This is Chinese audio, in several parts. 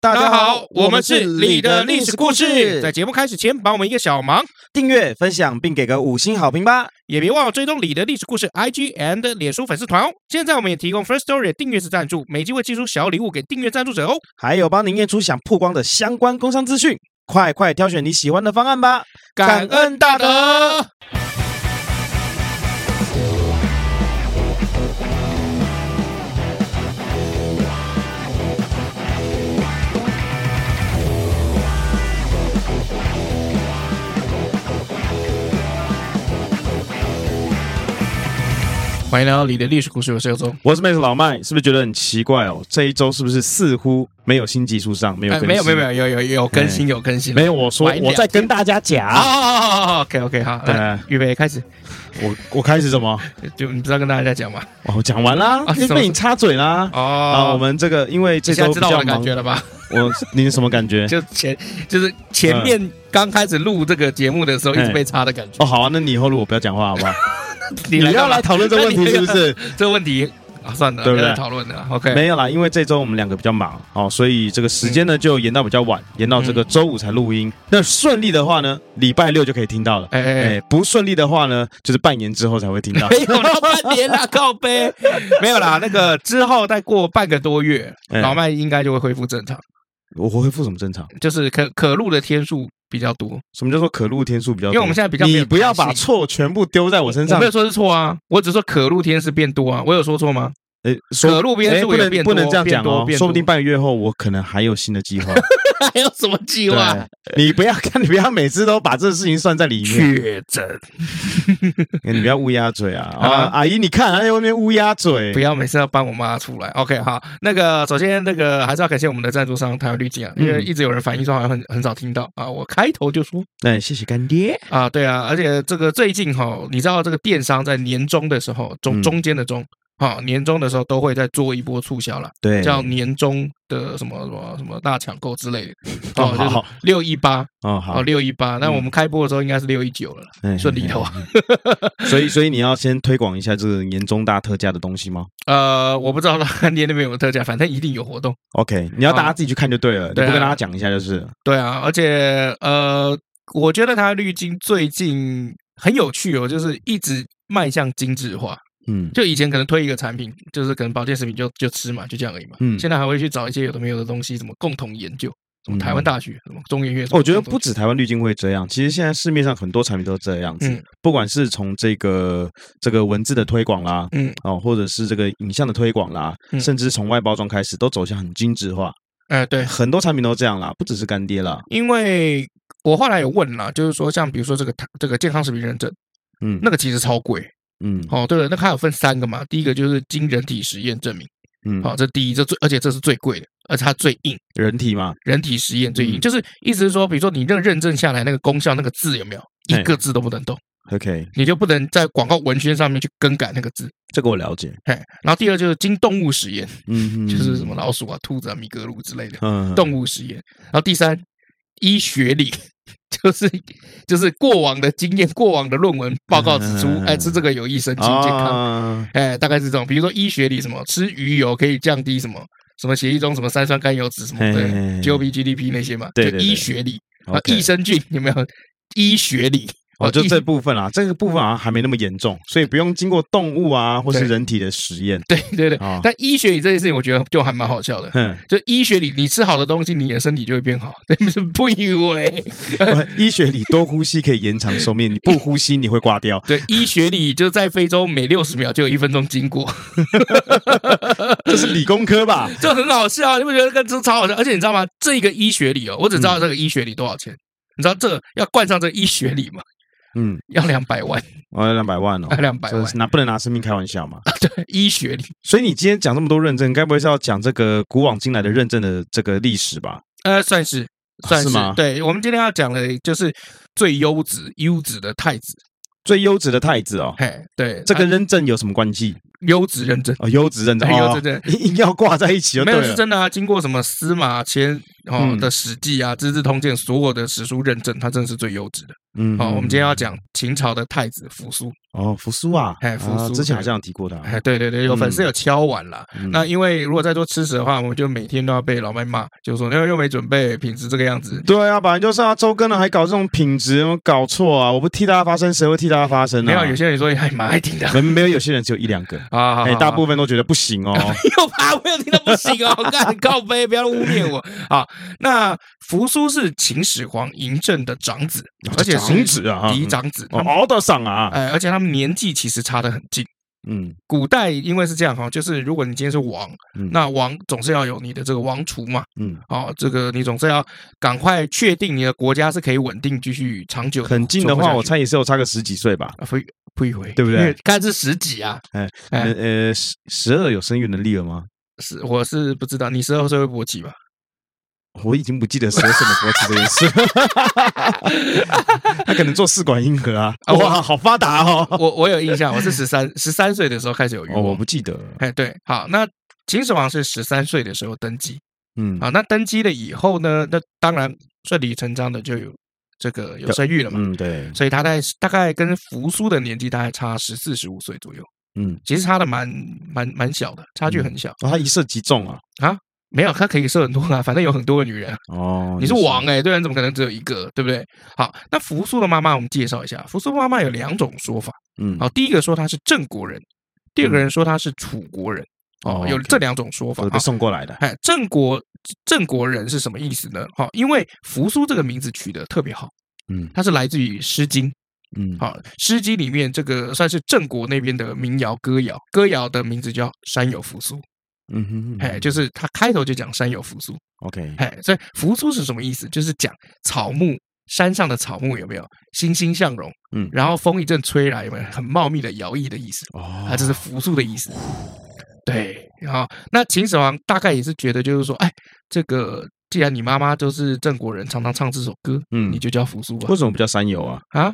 大大家家好好，，我我们们是是你你的的历历史史故故事。事在节目开始前，帮我们一个小忙，订阅、分享并给个五星好评吧。也别忘了追踪你的历史故事 IG and 脸书粉丝团哦。现在我们也提供 First Story 的订阅式赞助，每集会寄出小礼物给订阅赞助者哦。还有帮您验出想曝光的相关工商资讯，快快挑选你喜欢的方案吧。感恩大德。欢迎来到你的历史故事，我是刘宗。我是妹子老麦，是不是觉得很奇怪哦？这一周是不是似乎没有新技术上没有哎，更新？没有没有没有有有有更新有更新，没有，我说晚一点我在跟大家讲，啊，OK OK 好，来嗯预备开始，我我开始什么？就你不知道跟大家讲嘛？哦，我讲完啦啊，因为被你插嘴啦。啊，哦，我们这个因为这现在周知比道较我的感忙，觉了 吧？我你是什么感 觉？就前就是前面刚开始录这个节目的时候，一嗯直被插的感觉。哦，好啊，那你以后如果不要讲话好不好？你 哦你干要嘛来讨论这个问题是不是？ 这问题啊，算了，对不对要讨论了。OK，没有啦，因为这周我们两个比较忙哦，所以这个时间呢就延到比较晚，延到这个周五才录音。那顺利的话呢，礼拜六就可以听到了。嗯哎哎哎，不顺利的话呢，就是半年之后才会听到没。有啦，半年 啦，告杯，没有啦。那个之后再过半个多月，哎老麦应该就会恢复正常，我恢复什么正常？就是可可录的天数比较多，什么叫做可录天数比较多？因为我们现在比较没有你不要把弹性错全部丢在我身我上没。有说是错啊，我只是说可录天数变多啊，我有说错吗？哎，可说录哎天数不也能变不多，能这样变讲多哦，变多说不定半个月后我可能还有新的计 划。还有什么计对划？，你不要看，你不要每次都把这个事情算在里 面。确诊，你不要乌鸦嘴啊！好啊啦，阿姨，你看，还在外面乌鸦嘴不。要每次要帮我妈出来。OK，好，那个首先那个还是要感谢我们的赞助商台湾滤镜啊，因为嗯一直有人反映说好像很很少听到啊。我开头就说哎，谢谢干爹。啊，对啊，而且这个最近哈、你知道这个电商在年终的时候，中嗯中间的中。啊，年终的时候都会再做一波促销啦，对，叫年终的什么什么什么大抢购之 类的，哦哦，就是好六一八，哦哦，好，六一八。那嗯我们开播的时候应该是六一九了啦，哎顺利的话。 所以，所以你要先推广一下这个年终大特价的东西吗呃，我不知道大干爹那 边有没有特价，反正一定有活动。 ？OK，你要大家自己去看就对了，你对啊不跟大家讲一下就是。对啊，而且呃，我觉得它滤镜最近很有趣哦，就是一直迈向精致化。嗯，就以前可能推一个产品，就是可能保健食品就就吃嘛，就这样而已嘛。嗯现在还会去找一些有的没有的东西，什么共同研究，什么台湾大学，什么中研院。嗯哦我觉得不止止台湾滤镜会这样，其实现在市面上很多产品都这样子，嗯不管是从这个这个文字的推广啦，嗯哦，或者是这个影像的推广啦，嗯甚至从外包装开始，都走向很精致化。哎、对，很多产品都这样啦，不只是干爹啦。因为我后来有问啦，就是说像比如说这个这个健康食品认证，嗯，那个其实超贵嗯哦。对了，那它有分三个嘛，第一个就是经人体实验证明，哦嗯，好、这第一，这最而且这是最贵的，而且它最硬。人体嘛，人体实验最硬，嗯就是意思是说，比如说你认认证下来那个功效那个字有没有嘿一个字都不能动， OK，你就不能在广告文宣上面去更改那个字。这个我了解。嘿，然后第二就是经动物实验，嗯，就是什么老鼠啊、兔子啊、米格鲁之类的嗯，动物实验。然后第三，医学理， 就是就是过往的经验、过往的论文报告指出，嗯哎，吃这个有益身心健康。啊，哎，大概是这种，比如说医学里什么吃鱼油可以降低什么什么血液中什么三酸甘油脂什么嘿对嘿嘿 GOP、GDP 那些嘛，对就对对医学里啊 OK 益生菌有没有？医学里哦，就医这部分啦，这个部分好嗯像还没那么严重，所以不用经过动物啊或是对人体的实验。对对对哦，但医学里这件事情我觉得就还蛮好笑的。 哼，就医学里，你吃好的东西，你的身体就会变好。 你是不欸以为？哦医学里多呼吸可以延长寿命，你不呼吸你会挂 掉。 对，医学里就在非洲每六十秒就有一分钟经 过，这是理工科 吧？就很好笑。啊你不觉得跟这超好笑？而且你知道吗？这个医学里哦，我只知道这个医学里多少钱。你知道这个要冠上这个医学里吗？嗯，要两百万，我要两百万哦，哎两百万这。是拿不能拿生命开玩笑嘛。对，医学里，所以你今天讲这么多认证，该不会是要讲这个古往今来的认证的这个历史吧？呃，算是啊算是。是吗对，我们今天要讲的就是最优质优质的太子。最优质的太子哦，嘿，对，这啊跟认证有什么关系？优质认证。哦，优质认证，哎哦优质认 硬要挂在一起就没对有了。是真的啊！经过什么司马迁哦嗯的《史记》啊，《资治通鉴》所有的史书认证，它真的是最优质的。嗯好，我们今天要讲秦朝的太子扶苏。哦，扶苏啊，哎扶啊苏之前好像有提过他，哎，对对对，有粉丝有敲碗了。哦嗯那因为如果再做吃食的话，我们就每天都要被老麦骂，就说哎又又没准备，品质这个样子。对啊，本来就是啊，周更了还搞这种品质，有没有搞错啊！我不替大家发声，谁会替大家发声呢、没啊？有，有些人说还蛮爱 听的没没有，有些人只有一两个， 啊，好哎、好大好部分都觉得不行哦。又怕我又听到不行哦， 干靠背，不要污蔑我啊！那扶苏是秦始皇嬴政的长子，而且是长子啊，嫡长子，哦他们熬得上啊，哎，而且他们年纪其实差得很近。嗯，古代因为是这样哈，就是如果你今天是王，嗯那王总是要有你的这个王储嘛， 嗯，哦，这个你总是要赶快确定你的国家是可以稳定继续长久很近的走下话，去我猜也是有差个十几岁吧。啊不不一回，对不对因 为干是十几啊，哎呃呃，十十二有生育能力了吗？是我是不知道，你十二岁会勃起吧？我已经不记得十二什么国籍这件事， 他可能做试管婴儿啊， 啊我哇，好发达 哦！我我有印象，我是十三十三岁的时候开始有欲哦，我望。不记得了，哎，对，好，那秦始皇是十三岁的时候登基嗯，啊，那登基了以后呢，那当然顺理成章的就有这个有生育了嘛，嗯，对，所以他在大概跟扶苏的年纪大概差十四十五岁左右，嗯，其实差的蛮蛮蛮小的，差距很小。哦，他一射即中啊，没有，他可以射很多啊，反正有很多个女人啊，哦，你是也王哎、对啊，你怎么可能只有一个，对不对？好，那扶苏的妈妈我们介绍一下，扶苏妈妈有两种说法。嗯，好，哦第一个说他是郑国人，第二个人说他是楚国人。哦哦，有 OK 这两种说法我。被啊送过来的，哎，郑国郑国人是什么意思呢？好，因为扶苏这个名字取得特别好，嗯它是来自于《诗经》。嗯，好，《诗经》里面这个算是郑国那边的民谣歌谣，歌谣的名字叫《山有扶苏》。嗯哼，嗯哎，就是它开头就讲“山有扶苏”。 OK，哎，所以扶苏是什么意思？就是讲草木山上的草木有没有欣欣向荣，嗯然后风一阵吹来，有没有很茂密的摇曳的意思？哦啊，这是扶苏的意思。对，然后那秦始皇大概也是觉得，就是说，哎，这个既然你妈妈都是郑国人，常常唱这首歌，嗯你就叫扶苏吧为。什么不叫山游啊？啊，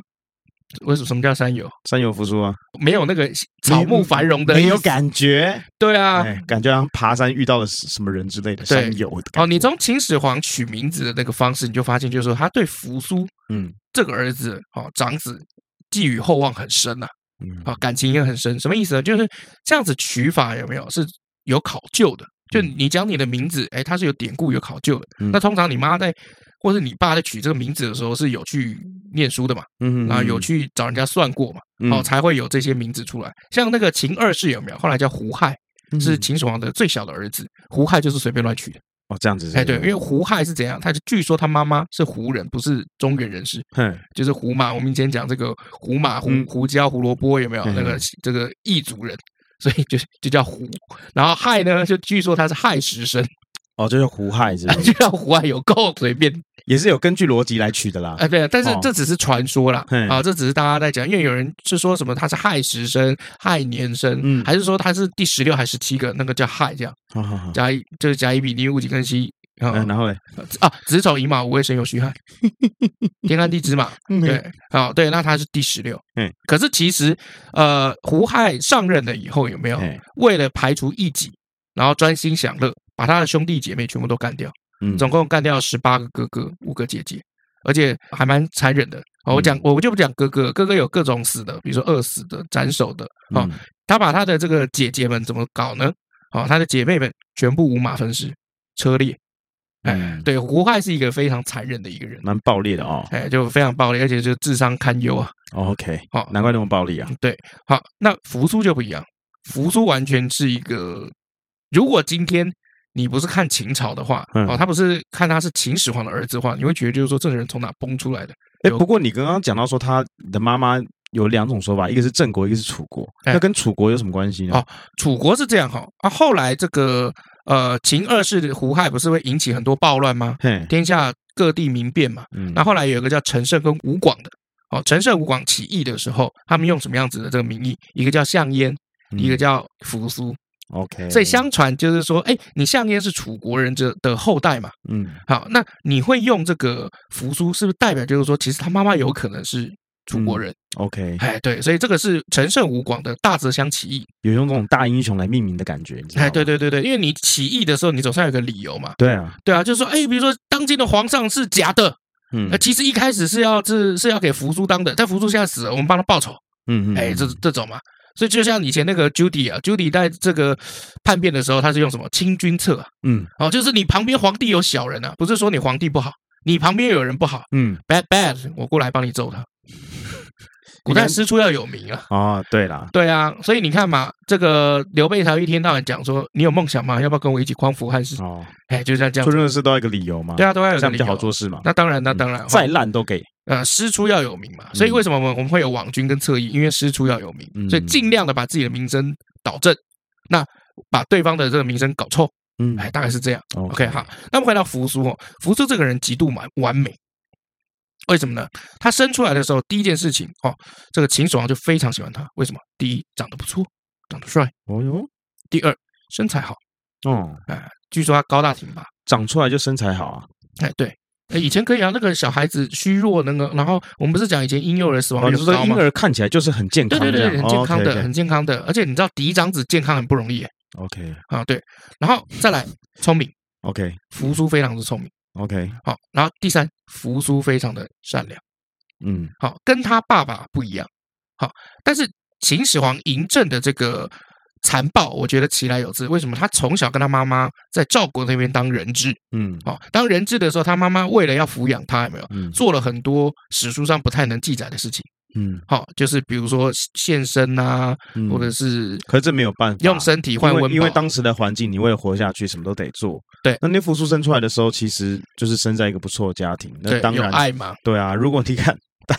为什么什么叫山有？山游扶苏啊，没有那个草木繁荣的没有意思感觉，对啊。哎，感觉好像爬山遇到了什么人之类的，对山游的感觉哦，你从秦始皇取名字的那个方式，你就发现，就是说他对扶苏嗯这个儿子哦，长子寄予厚望很深呐、嗯啊，感情也很深。什么意思呢？就是这样子取法有没有是有考究的？就嗯你讲你的名字，哎，它是有典故、有考究的。嗯那通常你妈在或是你爸在取这个名字的时候，是有去念书的嘛，嗯然后有去找人家算过嘛，哦，嗯才会有这些名字出来。像那个秦二世有没有？后来叫胡亥，是嗯秦始皇的最小的儿子。胡亥就是随便乱取的。哦这样子是哎，对，因为胡亥是怎样？他据说他妈妈是胡人，不是中原人士。哼就是胡马，我们以前讲这个胡马、胡嗯胡椒、胡萝卜有没有？嗯那个这个异族人，所以就就叫胡。然后亥呢，就据说他是亥时生，哦就是胡亥是不是 就叫胡亥有够随便也是有根据逻辑来取的啦啊。对，但是哦这只是传说啦，嗯啊，这只是大家在讲，因为有人是说什么他是亥时生、亥年生，嗯还是说他是第十六还是十七个那个叫亥呃这样？好好好，甲乙就是甲乙丙丁戊己庚辛啊嗯然后嘞，啊，子丑寅卯午未申酉戌亥，天干地支嘛，对对，好、对，那他是第十六。嗯，可是其实，呃，胡亥上任了以后，有没有哎为了排除异己，然后专心享乐，把他的兄弟姐妹全部都干掉，嗯总共干掉十八个哥哥，五个姐姐，而且还蛮残忍的。哦、我嗯讲，我就不讲哥哥，哥哥有各种死的，比如说饿死的、斩首的。哦，嗯他把他的这个姐姐们怎么搞呢？哦，他的姐妹们全部五马分尸、车裂。哎嗯，对，胡亥是一个非常残忍的一个人，蛮暴烈的哦哎，就非常暴力，而且就智商堪忧啊。哦，OK，好难怪那么暴力啊，好，那扶苏就不一样，扶苏完全是一个，如果今天你不是看秦朝的话，嗯哦，他不是看他是秦始皇的儿子的话，你会觉得就是说这个人从哪崩出来的？哎，有不过你刚刚讲到说他的妈妈有两种说法，一个是郑国，一个是楚国，哎那跟楚国有什么关系呢哦？楚国是这样哈、啊，后来这个呃秦二世的胡亥不是会引起很多暴乱吗？嘿，天下各地民变嘛，嗯那后来有一个叫陈胜跟吴广的。哦，陈胜吴广起义的时候，他们用什么样子的这个名义？一个叫项燕，一个嗯叫扶苏。 OK，嗯所以相传就是说，哎，你项燕是楚国人这的后代嘛，嗯好，那你会用这个扶苏，是不是代表就是说，其实他妈妈有可能是楚国嗯人？ OK，哎，对，所以这个是陈胜吴广的大泽乡起义。有用这种大英雄来命名的感觉，你知道吗哎，对对对对，因为你起义的时候，你总算有个理由嘛。对啊，对啊，就是说，哎，比如说当今的皇上是假的，嗯那其实一开始是要是是要给扶苏当的，但扶苏现在死了，我们帮他报仇，嗯嗯，哎，这这种嘛。所以就像以前那个 Judy 啊，Judy 在这个叛变的时候，他是用什么清君侧啊嗯哦，就是你旁边皇帝有小人啊，不是说你皇帝不好，你旁边有人不好嗯，bad bad，我过来帮你 揍他。古代师出要有名啊，哦，对啦，对啊，所以你看嘛，这个刘备才一天到晚讲说，你有梦想吗？要不要跟我一起匡扶汉室？哦，哎，就像这样做子，任何事都要一个理由嘛，对，啊，都要有这个样理比较好由。做事嘛，那当然，那当然，再烂都给，呃，师出要有名嘛，所以为什么我们我们会有网军跟侧翼？因为师出要有名，嗯所以尽量的把自己的名声导正，那把对方的这个名声搞臭，嗯哎，大概是这样。哦 OK，好，那么回到扶苏哦，扶苏这个人极度完完美，为什么呢？他生出来的时候，第一件事情哦，这个秦始皇就非常喜欢他，为什么？第一，长得不错，长得帅；哦哟，第二，身材好，哦，据说他高大挺拔，长出来就身材好啊，哎，对。哎以前可以啊，那个小孩子虚弱，那个，然后我们不是讲以前婴幼儿死亡哦，率你很说高婴吗？儿看起来就是很健对康对这对样，对，很健康的，哦很健康的。而且你知道，嫡长子健康很不容易耶，OK 啊，对。然后再来，聪明， OK 扶苏非常的聪明， OK，好。然后第三，扶苏非常的善良。嗯好，跟他爸爸不一样。好，但是秦始皇嬴政的这个残暴，我觉得其来有自。为什么？他从小跟他妈妈在赵国那边当人质。嗯好，当人质的时候，他妈妈为了要抚养他，有没有嗯做了很多史书上不太能记载的事情？嗯好，就是比如说献身啊，嗯，或者是可是这没有办法，用身体换因为温因为饱。当时的环境，你为了活下去，什么都得做。对那你复苏生出来的时候，其实就是生在一个不错的家庭。那对，当有然，爱嘛，对啊。如果你看，当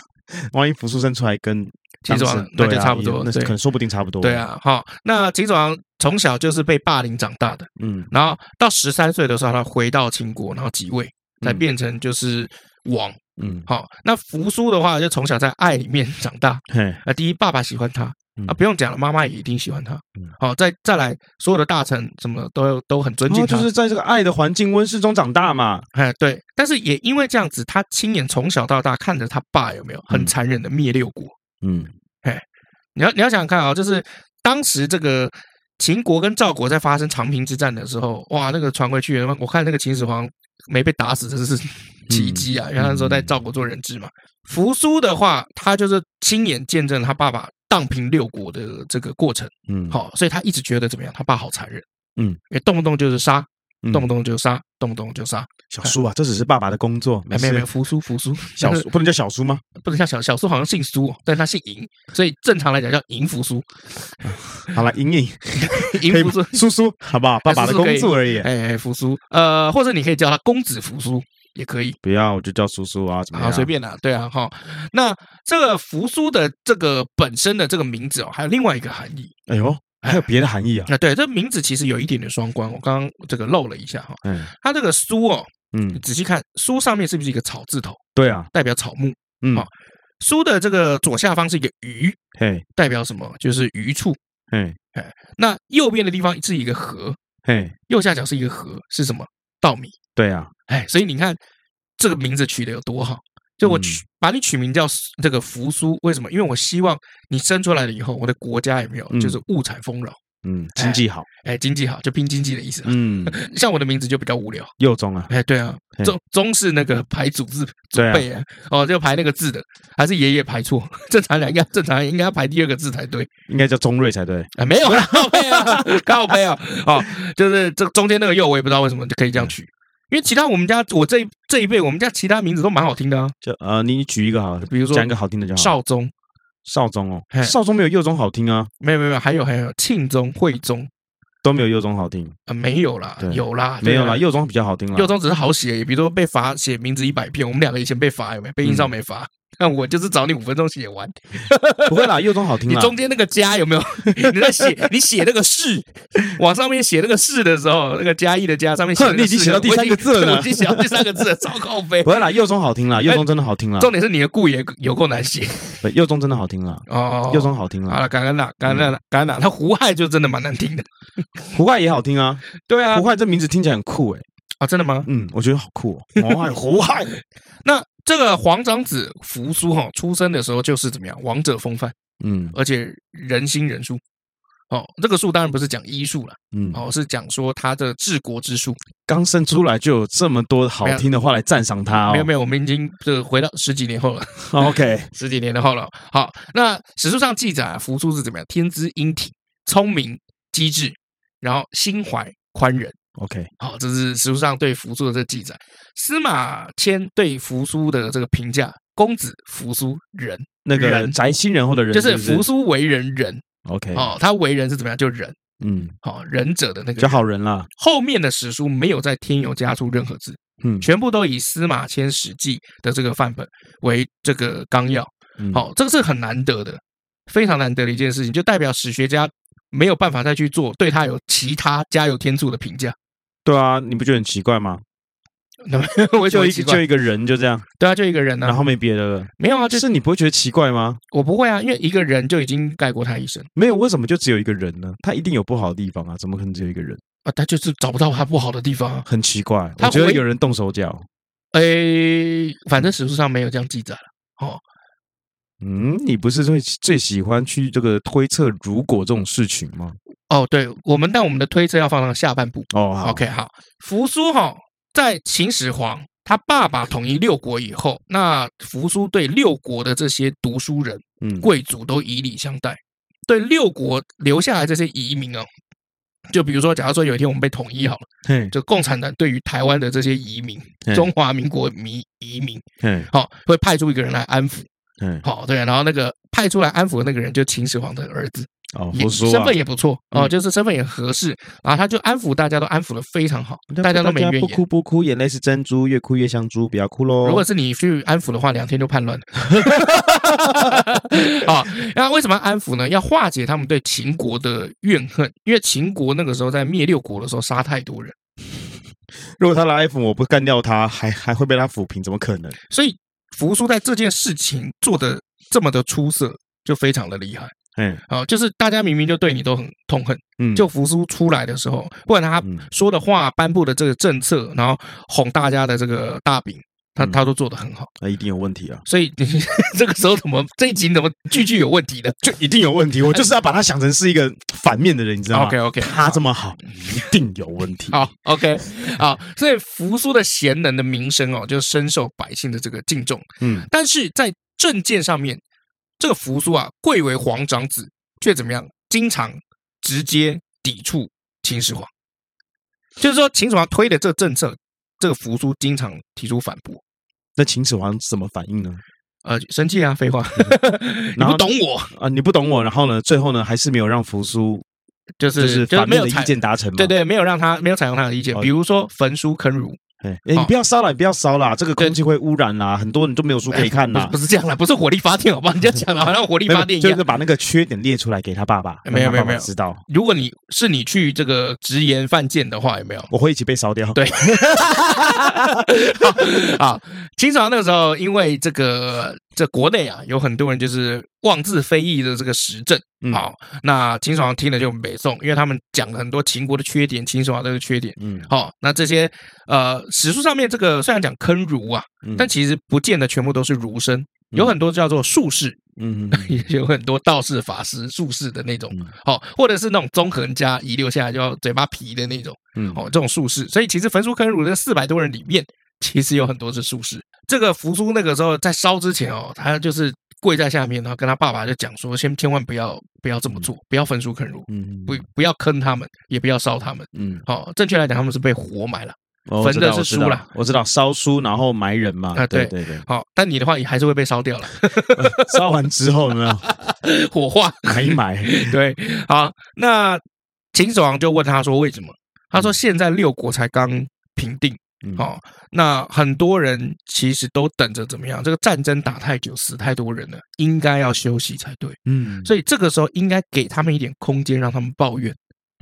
万一复苏生出来跟秦始皇当时那就对啊差不多那对可能说不定差不多。对，啊，好，那秦始皇从小就是被霸凌长大的，嗯然后到十三岁的时候，他回到秦国，然后即位，才变成就是王。嗯，好、那扶苏的话，就从小在爱里面 长大。嘿，啊，第一，爸爸喜欢他嗯啊，不用讲了，妈妈也一定喜欢他嗯。好、再再来，所有的大臣什么都都很尊然敬后他。哦就是在这个爱的环境温室中长大嘛。哎，对，但是也因为这样子，他亲眼从小到大看着他爸有没有很嗯残忍的灭六国。嗯你要你要想想看啊、就是当时这个秦国跟赵国在发生长平之战的时候，哇，那个传回去，我看那个秦始皇没被打死，真是嗯奇迹啊！因为他那时候在赵国做人质嘛。扶苏的话，他就是亲眼见证他爸爸荡平六国的这个过程，嗯，，好、所以他一直觉得怎么样，他爸好残忍，嗯，也动不动就是杀，嗯动不动就杀，动不动就杀，小叔啊，这只是爸爸的工作，哎，没事有没有，扶苏扶苏，小叔不能叫小叔吗？ 不能像小小苏好像姓苏哦，但他姓嬴，所以正常来讲叫嬴扶苏，好了， 莹莹， 可嬴以扶苏叔 叔，好不好？爸爸的叔叔可工以作而已。哎，扶苏，呃，或者你可以叫他公子扶苏也可以不要，我就叫叔叔啊，怎么啊，样？随便啦、对啊，哈。那这个扶苏的这个本身的这个名字哦，还有另外一个含义哎呦，还有别的含义 啊？啊，对，这名字其实有一点点双关，我刚刚这个漏了一下哈。嗯它这个苏哦，你嗯，仔细看，苏上面是不是一个草字头，对啊，代表草木？嗯好，苏的这个左下方是一个鱼，嘿，代表什么？就是鱼处。嘿，那右边的地方是一个河，嘿，右下角是一个河，是什么？稻米。对啊，哎，所以你看这个名字取得有多好。就我取、嗯把你取名叫这个扶苏，为什么？因为我希望你生出来了以后，我的国家有没有嗯就是物产丰饶，嗯，经济好，哎，经济好就拼经济的意思啊。嗯，像我的名字就比较无聊，右中啊，哎，对啊，嘿中中是那个排祖字祖对啊辈啊，哦，就排那个字的，还是爷爷排错，正常来应该正常来应该要排第二个字才对，应该叫中瑞才对。啊，没有啦，靠背啊，靠背啊，哦，就是这中间那个右，我也不知道为什么就可以这嗯样取，因为其他我们家我这一这一辈我们家其他名字都蛮好听的啊， 就呃，你举一个好了，比如说讲一个好听的就好。少宗，少宗哦嘿，少宗没有右中好听啊，没有没有，没有还有还有庆宗、惠宗都没有右中好听，啊，没有啦对，有啦，没有啦，对啊右中比较好 听啦。右宗只是好写而已，比如说被罚写名字一百遍，我们两个以前被罚有没有？被印照没 罚。那我就是找你五分钟写完，不会啦，右中好听 你啦。中间那个加有没 有？你在写你写那个是，往上面写那个是的时候，那个加一的加上面写那哼 你已经是写到第三个字了呢 我已经我已经写到第三个 字了，糟糕飞不。会啊啦，右中好听 啦，哎右中真的好听啦，重点是你的故也有够难 写对右中真的好听啦，哦。右中嗯好听好啦，了，感恩啦，感恩啦，感恩啦，他胡亥就真的蛮难听的。胡亥也好听 啊，对啊胡，亥这名字听起来很酷诶，啊，真的吗？嗯，我觉得好酷哦， 胡亥，胡亥，那这个皇长子扶苏哈、出生的时候就是怎么样，王者风范，嗯而且人心人数。哦，这个术当然不是讲医术了，嗯，哦，是讲说他的治国之术。刚生出来就有这么多好听的话来赞赏他哦。没有没有，我们已经这个回到十几年 后了，有，OK，十几年后了。好，那史书上记载、啊，扶苏是怎么样？天资英挺，聪明机智，然后心怀宽仁。 OK，好、这是史书上对扶苏的这个记载。司马迁对扶苏的这个评价：公子扶苏仁，那个人宅心仁厚的人就是不扶苏为人仁 OK，哦，他为人是怎么样？就仁嗯，哦，仁者的那比较个。好人啦，后面的史书没有再添油加醋任何字，嗯，全部都以司马迁《史记》的这个范本为这个纲要。嗯好、这个是很难得的，非常难得的一件事情，就代表史学家没有办法再去做对他有其他加有天助的评价。对啊，你不觉得很奇怪吗？那么我也觉就得一奇就怪，一个人就这样，对啊，就一个人呢、然啊，后没别的了，没有啊，就是你不会觉得奇怪吗？我不会啊，因为一个人就已经盖过他一生没有，为什么就只有一个人呢？他一定有不好的地方啊，怎么可能只有一个人？啊，他就是找不到他不好的地方啊。很奇怪，他我觉得唯有人动手脚。诶，反正史书上没有这样记载了。嗯，你不是最最喜欢去这个推测如果这种事情吗？哦，对我们，但我们的推测要放到下半部。哦好 OK，好，扶苏哈，在秦始皇他爸爸统一六国以后，那扶苏对六国的这些读书人、嗯，贵族都以礼相待，对六国留下来这些移民哦，就比如说，假如说有一天我们被统一好了，嘿，就共产党对于台湾的这些移民嗯，中华民国民移民，嘿，好、会派出一个人来安抚，嘿，好、对，然后那个派出来安抚的那个人就秦始皇的儿子，哦，也胡说身啊份也不错哦，嗯就是身份也合适，然后他就安抚大家都安抚的非常好，大家都没怨不言。哭哦不哭，眼泪是珍珠，越哭越像猪，不要哭喽。如果是你去安抚的话，两天就叛乱了。 啊，那为什么要安抚呢？要化解他们对秦国的怨恨，因为秦国那个时候在灭六国的时候杀太多人，如果他拿 iPhone，我不干掉他，还还会被他抚平，怎么可能？所以扶苏在这件事情做的这么的出色，就非常的厉害嗯啊！就是大家明明就对你都很痛恨，嗯，就扶苏出来的时候，不管他嗯说的话、颁布的这个政策，然后哄大家的这个大饼，他嗯他都做得很好。那一定有问题啊，所以你 这个时候怎么这一集怎么句句有问 题的就一定有问题。我就是要把他想成是一个反面的人，你知道吗？OK OK，他这么啊 好，一定有问题。好 OK 好，所以扶苏的贤能的名声哦，就深受百姓的这个敬重，嗯，但是在政见上面，这个扶苏啊贵为皇长子，却怎么样，经常直接抵触秦始皇，就是说秦始皇推的这个政策，这个扶苏经常提出反驳。那秦始皇怎么反应呢？呃，生气啊，废话， 你然后不懂我，啊，你不懂我，然后呢，最后呢，还是没有让扶苏就就是是就是反没面有的采意，见达成嘛。对对，没有让他没有采用他的意见哦，比如说焚书坑儒，哎，哎，你不要烧了，你不要烧了，这个空气会污染啦，很多人都没有书可以看不是啦不。是这样啦，不是火力发电，好吧？你这样讲的好像火 力没有发电一就样是。把那个缺点列出来给他爸爸，没有让他爸没有没爸有知道如果你是你去这个直言犯贱的话，有没有？我会一起被烧掉。对 啊，秦始皇那个时候，因为这个这国内啊，有很多人就是妄自非议的这个时政。嗯好，那秦始皇听了就北宋，因为他们讲了很多秦国的缺点，秦始皇这个缺点。嗯，好、那这些呃史书上面这个虽然讲坑儒啊，嗯但其实不见得全部都是儒生，有很多叫做术士， 嗯，也有很多道士、法师、术士的那种嗯，好、或者是那种纵横家遗留下来就要嘴巴皮的那种， 嗯哦，这种术士。所以其实焚书坑儒的四百多人里面，其实有很多是术士。这个扶苏那个时候在烧之前哦，他就是跪在下面，然后跟他爸爸就讲说，先千万不要不要这么做，不要焚书坑儒，嗯不不要坑他们，也不要烧他们。嗯，哦，正确来讲，他们是被活埋了。哦焚的我是知道书啦，我知道烧书然后埋人嘛。啊对对对对，好、但你的话也还是会被烧掉了， 烧完之后呢，火化。埋一 埋。对，好，那秦始皇就问他说为什么？他说现在六国才刚平定，嗯哦，那很多人其实都等着怎么样？这个战争打太久，死太多人了，应该要休息才对。嗯，所以这个时候应该给他们一点空间，让他们抱怨，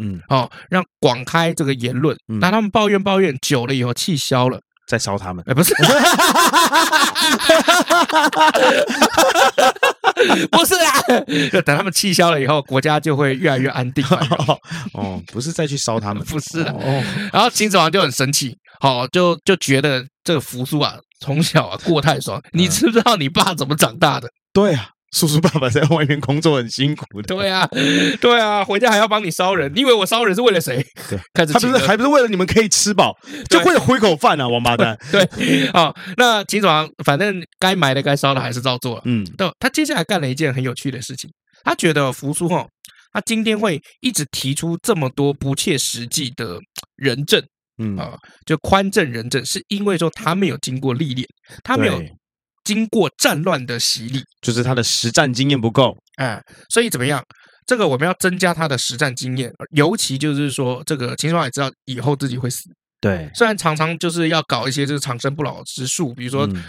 嗯，哦，让广开这个言论，嗯让他们抱怨抱怨久了以后气消了，再烧 他们。 哎，不是，不是啦， 就等他们气消了以后，国家就会越来越安定繁荣。，哦，不是再去烧他们 不 是啊啦哦，然后秦始皇就很生气，好、就就觉嗯得这个扶苏啊，从小啊过太爽。你知不知道你爸怎么长大的？ 对啊，叔叔爸爸在外面工作很辛苦的，对啊，对啊，回家还要帮你烧人，你以为我烧人是为了谁？对，开始他不请是了还不是为了你们可以吃饱，就为了回口饭啊，王八 蛋。对，好，啊那秦始皇反正该埋的该烧的还是照做了。嗯对，他接下来干了一件很有趣的事情，他觉得扶苏哈，他今天会一直提出这么多不切实际的人证嗯，啊，就宽政人证，是因为说他没有经过历练，他没有对经过战乱的洗礼，就是他的实战经验不够。哎，所以怎么样？这个我们要增加他的实战经验，尤其就是说，这个秦始皇也知道以后自己会死，对，虽然常常就是要搞一些就是长生不老之术，比如说嗯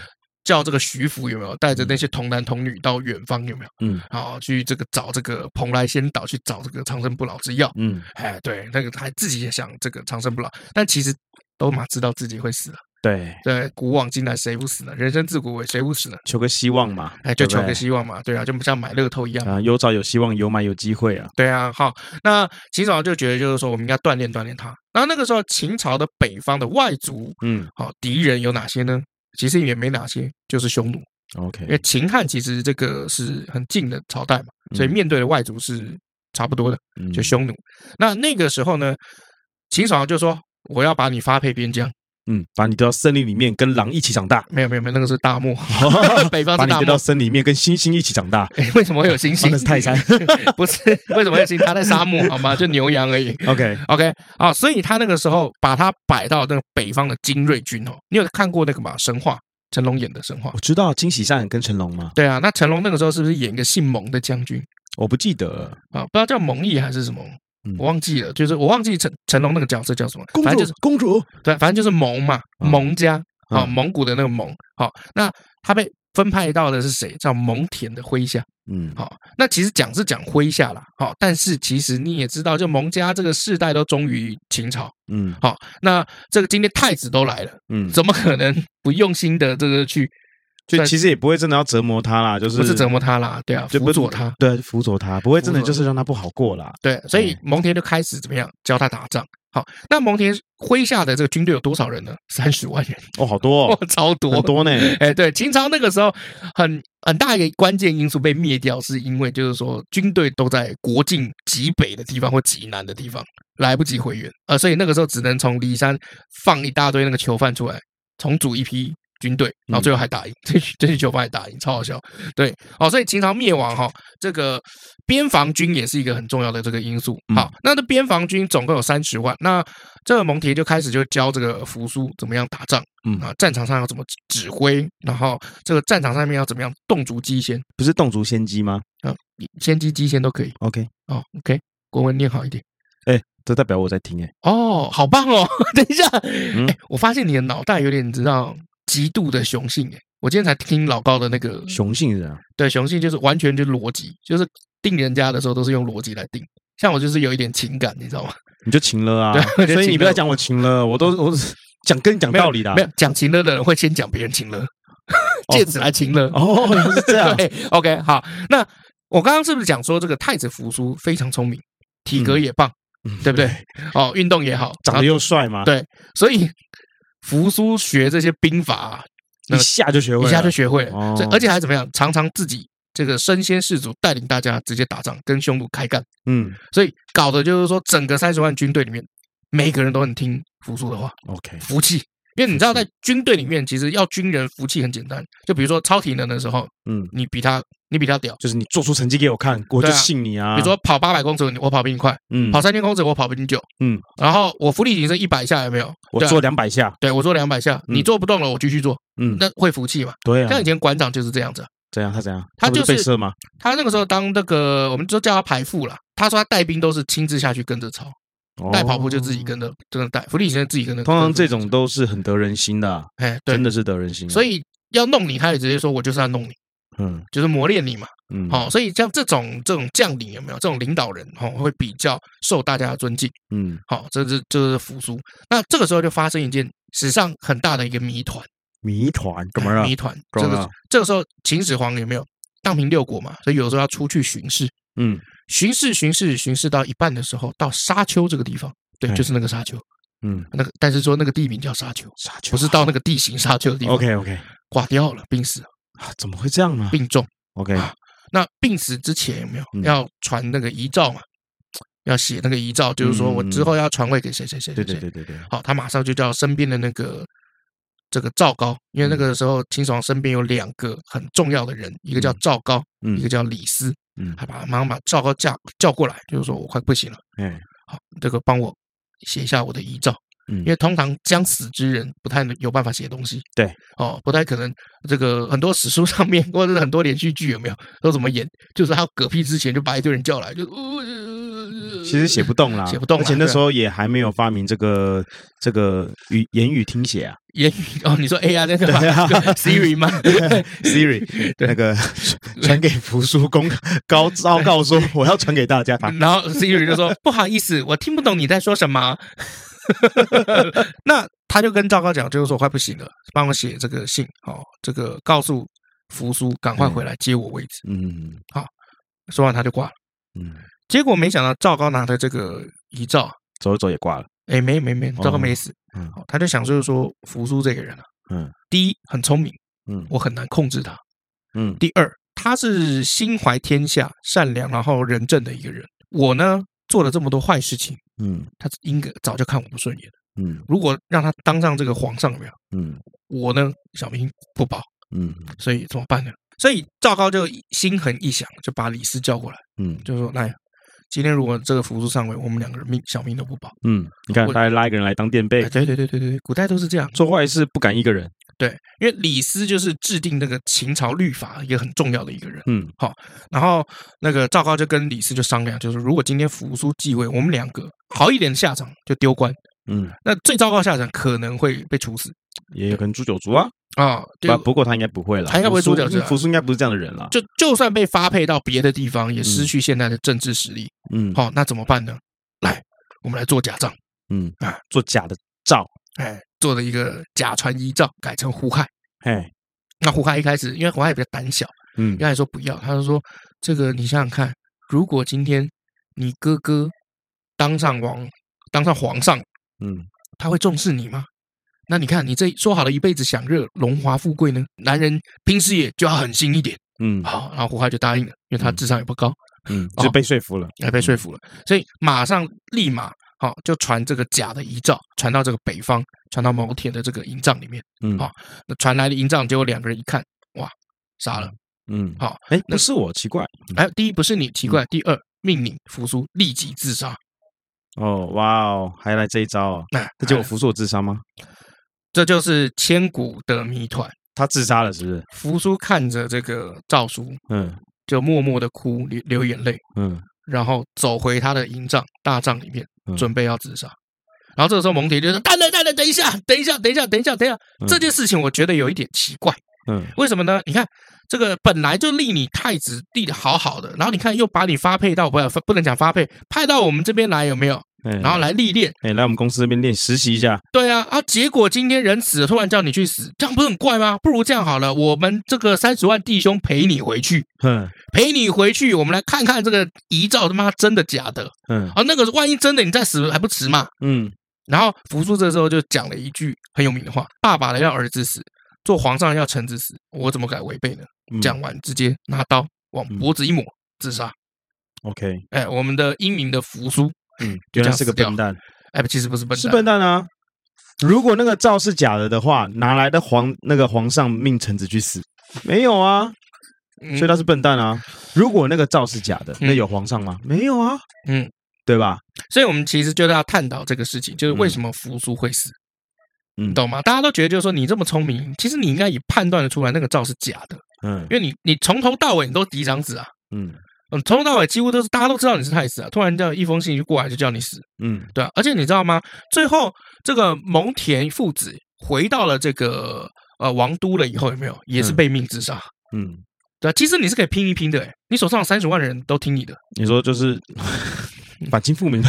叫这个徐福有没有带着那些童男童女到远方有没有，嗯然后去这个找这个蓬莱仙岛去找这个长生不老之药，嗯，哎，对，那个他自己也想这个长生不老，但其实都嘛知道自己会死了，对，对，古往今来谁不死呢？人生自古为谁不死呢？求个希望嘛，哎，就对不求对个希望嘛，对啊，就像买乐透一样嘛。啊，有找有希望，有买有机会啊。对啊，好，那秦始皇就觉得就是说我们应该锻炼锻炼他。然后那个时候秦朝的北方的外族，嗯好、敌人有哪些呢？其实也没哪些，就是匈奴。嗯因为，OK，秦汉其实这个是很近的朝代嘛，所以嗯面对的外族是差不多的，嗯就匈奴。那那个时候呢，秦始皇就说我要把你发配边疆，嗯，把你丢到森林里面，跟狼一起长 。大没有没有没有，那个是 大漠，北方把是你大丢到漠。森林里面，跟猩猩一起长大。哎为什么会有星哦星那？是泰山 不是，为什么会有星星？他在沙漠好吗？就牛羊而已。 OK， OK，啊，所以他那个时候把他摆到那个北方的精锐军哦，你有看过那个嘛？神话，成龙演的神话我。知道金喜善跟成龙吗？对啊，那成龙那个时候是不是演一个姓蒙的将军我不记得了。啊？不知道叫蒙毅还是什么嗯，我忘记了。就是我忘记成成龙那个角色叫什么，公反正主就是，公主，对，反正就是蒙嘛，嗯蒙家啊，嗯蒙古的那个蒙。好，那他被分派到的是谁？叫蒙恬的麾下。嗯，好，那其实讲是讲麾下啦，好，但是其实你也知道，就蒙家这个世代都忠于秦朝。嗯好，那这个今天太子都来了，嗯，怎么 可能不用心的这个去，就其实也不会真的要折磨他啦，就是不是折磨他啦，对啊，就辅佐他，，对，辅佐他，不会真的辅就佐是让他不好过啦。对，所以嗯蒙恬就开始怎么样教他打仗。好，那蒙恬麾下的这个军队有多少人呢？三十万人，哦，好多 哇哦，，超多很。多呢。哎，对，秦朝那个时候很很大一个关键因素被灭掉，是因为就是说军队都在国境极北的地方或极南的地方，来不及回援，呃，所以那个时候只能从骊山放一大堆那个囚犯出来，重组一批军队，然后最后还打赢，这这些囚犯还打赢，超好笑。对，哦，所以秦朝灭亡哈、这个边防军也是一个很重要的这个因素。嗯好，那这边防军总共有三十万，那这个蒙恬就开始就教这个扶苏怎么样打仗。嗯，啊，战场上要怎么指指挥，然后这个战场上面要怎么样动足机先不是动足先机吗啊，先机机先都可以？OK，哦。OK，国文念好一点这代表我在听诶。哦，好棒哦！ 等一下，嗯哎，我发现你的脑袋有点你知道极度的雄性哎，我今天才听老高的那个雄性人啊，对雄性就是完全就是逻辑，就是定人家的时候都是用逻辑来定。像我就是有一点情感，你知道吗？你就情了啊对，我 就所以情你不了要讲我情了，我都我讲跟你讲没有道理的啊没。有讲情乐的人会先讲别人情乐，借此来情乐。哦，原 来是这样。对，OK，好，那我刚刚是不是讲说这个太子扶苏非常聪明，体格也棒，嗯对不对？哦，运动也好，长得然后又帅嘛，对所以扶苏学这些兵法啊、一下就学会一了，下就学会了，哦所以而且还怎么样，常常自己这个身先士卒，带领大家直接打仗，跟匈奴开干，嗯所以搞的就是说整个三十万军队里面，每个人都很听扶苏的话， ，OK，服气。因为你知道，在军队里面，其实要军人服气很简单。就比如说超体能的时候，嗯，你比他，你比他屌，就是你做出成绩给我看，我就对啊信你啊。比如说跑八百公尺，我跑比你快；嗯，跑三千公尺，我跑比你久。嗯，然后我浮力挺身一百下有没有？我对啊做两百下，对我做两百下，嗯你做不动了，我继续做，嗯，那会服气嘛？对啊像以，前馆长就是这样子，怎样？他怎样？他不就是被射吗？他那个时候当那个我们就叫他排副了，他说他带兵都是亲自下去跟着操，哦带跑步就自己。跟着跟着带，浮力挺身自己跟着。通常这跟着种都是很得人心的啊，哎，对真，的是得人心。所以，以要弄你，他也直接说我就是要弄你，嗯就是磨练你嘛。嗯，好，所以像这种这种将领有没有这种领导人，哦，会比较受大家的尊敬。嗯，好、这是这是扶苏。那这个时候就发生一件史上很大的一个谜团，谜团怎么了谜？团，怎这么个了是这个时候秦始皇有没有荡平六国嘛？所以有时候要出去巡视，嗯巡视巡视巡视到一半的时候，到沙丘这个地方，对，哎就是那个沙丘，嗯，那个但是说那个地名叫沙丘，沙丘不是 到那个地形沙丘的地方， OK OK，挂掉了，病死了，啊怎么会这样呢病重。 ？OK，那病死之前有没有嗯要传那个遗诏嘛？要写那个遗诏，就是说我之后要传位给谁谁谁谁嗯对谁对。对对对，好，他马上就叫身边的那个这个赵高，因为嗯那个时候秦始皇身边有两个很重要的人，一个叫赵高，一嗯个叫李斯，嗯，还把马上把赵高叫叫过来，就是说我快不行了，哎，好，这个帮我写一下我的遗诏，嗯因为通常将死之人不太能有办法写东西，对，哦，不太可能。这个很多史书上面或者是很多连续剧有没有都怎么演，就是他嗝屁之前就把一堆人叫来，就呃其实写不动啦，写不动啦而且那对啊时候也还没有发明这个这个语言语听 写啊言语哦，你说 AI 那个吗对啊 Siri 吗？ ，Siri 那个传给扶苏公高昭告说我要传给大家，然后 Siri 就说：“ 不好意思，我听不懂你在说什么。”那他就跟赵高讲，就是说我快不行了，帮我写这个信哦，这个告诉扶苏赶快回来接我位置。嗯说完他就挂了。嗯，结果没想到赵高拿着这个遗诏，走一走也挂了，哎，没没没，赵高哦没死。嗯哦他就想就是说扶苏这个人啊，嗯，第一很聪明，嗯我很难控制他；嗯第二他是心怀天下、善良然后仁政的一个人。我呢做了这么多坏事情，嗯他应该早就看我不顺眼。嗯如果让他当上这个皇上有没有？嗯我呢，小民不保，嗯所以怎么办呢？所以赵高就心狠一想，就把李斯叫过来，嗯就说：“来，今天如果这个扶苏上位，我们两个人命小命都不保。嗯，你看，我大家拉一个人来当垫哎”背，对对对对对，古代都是这样。做坏事不敢一个人，对，因为李斯就是制定那个秦朝律法也很重要的一个人。嗯然后那个赵高就跟李斯就商量，就是如果今天扶苏继位，我们两个好一点的下场就丢官，嗯，那最糟糕的下场可能会被处死也有可能诛九族啊，啊。对不，不过他应该不会了，他应该不会诛九族啊扶苏应该不是这样的人啦，就就算被发配到别的地方，也失去现在的政治实力。嗯好、那怎么办呢？来，我们来做假账，嗯啊，做假的诏，哎，做了一个假传遗诏，改成胡亥。嘿，那胡亥一开始，因为胡亥比较胆小，嗯原来说不要，他就说这个你想想看，如果今天你哥哥当上王，当上皇上，嗯他会重视你吗？那你看，你这说好了一辈子享乐荣华富贵呢，男人拼事业就要狠心一点。嗯好，然后胡亥就答应了，因为他智商也不高，嗯，哦就被说服了，也被说服了，所以马上立马好、就传这个假的遗诏传到这个北方，传到某田的这个营帐里面。嗯好那传来的营帐，结果两个人一看，哇，傻了！嗯，好，哎，不是我，奇怪，哎，第一不是你奇嗯怪，第二命令扶苏立即自杀。哦，哇哦，还来这一招哦，哎，这结果哎扶苏有自杀吗？这就是千古的谜团。他自杀了是不是？扶苏看着这个诏书，嗯就默默的哭流流眼泪，嗯然后走回他的营帐大帐里面嗯，准备要自杀。然后这个时候，蒙恬就说：“大人，大人，等一下，等一下，等一下，等一下，等一下。嗯这件事情我觉得有一点奇怪，嗯为什么呢？你看，这个本来就立你太子立的好好的，然后你看又把你发配到不要不能讲发配，派到我们这边来有没有？哎，然后来历练，哎，来我们公司这边练实习一下，对啊，啊，结果今天人死了，突然叫你去死，这样不是很怪吗？不如这样好了，我们这个三十万弟兄陪你回去，嗯陪你回去，我们来看看这个遗诏他妈真的假的嗯啊？那个万一真的，你再死还不迟嘛？嗯然后扶苏这时候就讲了一句很有名的话：“爸爸的要儿子死，做皇上要臣子死，我怎么敢违背呢？”嗯讲完直接拿刀往脖子一抹，自杀。 ，OK，哎，我们的英明的扶苏，嗯，就原这来样是个死掉笨蛋，哎，其实不是笨蛋，是笨蛋啊。如果那个诏是假的的话，哪来的皇那个皇上命臣子去死？没有啊，嗯所以他是笨蛋啊。如果那个诏是假的，那有皇上吗？没有啊，嗯，对吧？所以我们其实就是要探讨这个事情，就是为什么扶苏会死，嗯你懂吗？大家都觉得就是说你这么聪明，其实你应该也判断得出来那个诏是假的，嗯因为你你从头到尾你都是嫡长子啊，嗯嗯，从头到尾几乎都是大家都知道你是太子啊，突然叫一封信就过来就叫你死，嗯对啊，而且你知道吗？最后这个蒙恬父子回到了这个呃王都了以后，有没有也是嗯被命自杀？嗯，对啊，其实你是可以拼一拼的，哎，你手上三十万人都听你的，你说就是 反清复明，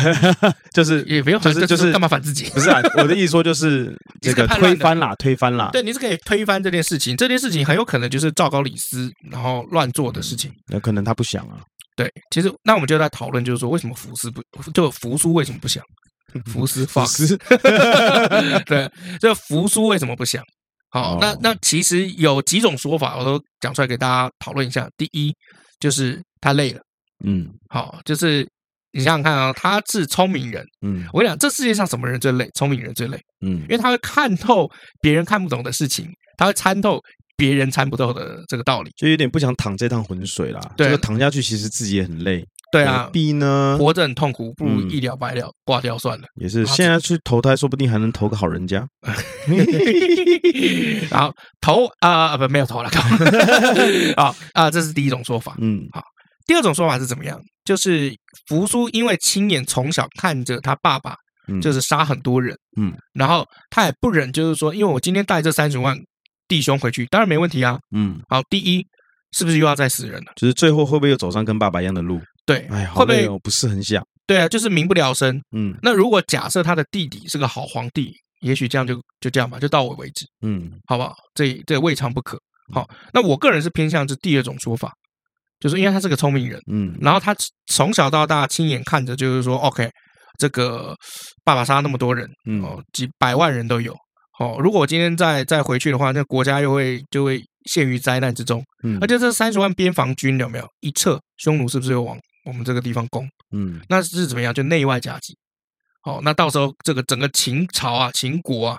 就是也没有就是就是干嘛反自己？不是啊？我的意思说 就是这个你是个叛乱推的翻啦，推翻啦。 对，你是可以推翻这件事情，这件事情很有可能就是赵高李斯然后乱做的事情。有可能他不想啊，对，其实那我们就在讨论，就是说为什么福斯不就扶苏为什么不想？福 斯法 Fox 师，对，这扶苏为什么不想？好，那哦那其实有几种说法，我都讲出来给大家讨论一下。第一，就是他累了。嗯好，就是你想想看啊，他是聪明人。嗯我跟你讲，这世界上什么人最累？聪明人最累，嗯因为他会看透别人看不懂的事情，他会参透别人参不透的这个道理。就有点不想淌这趟浑水啦。对这个淌下去其实自己也很累。对啊何，必呢？活着很痛苦，不如嗯一了百了，挂 掉算了。也是，现在去投胎，说不定还能投个好人家。然后投啊啊不没有投了，靠 好啊，这是第一种说法。嗯第二种说法是怎么样？就是扶苏因为亲眼从小看着他爸爸嗯，就是杀很多人，嗯然后他也不忍，就是说，因为我今天带这三十万弟兄回去，当然没问题啊。嗯，好，第一是不是又要再死人了？就是最后会不会又走上跟爸爸一样的路？对，哎，好会不累会哦，不是很想。对啊？就是民不聊生。嗯那如果假设他的弟弟是个好皇帝，也许这样就就这样吧，就到我为止。嗯好不好？这这未尝不可。好，那我个人是偏向是第二种说法，就是因为他是个聪明人，嗯然后他从小到大亲眼看着，就是说，OK，这个爸爸杀那么多人，嗯哦，几百万人都有。哦，如果我今天再再回去的话，那国家又会就会陷于灾难之中。嗯，而且这三十万边防军有没有一撤，匈奴是不是又往我们这个地方攻？嗯那是怎么样？就内外夹击。哦，那到时候这个整个秦朝啊、秦国啊，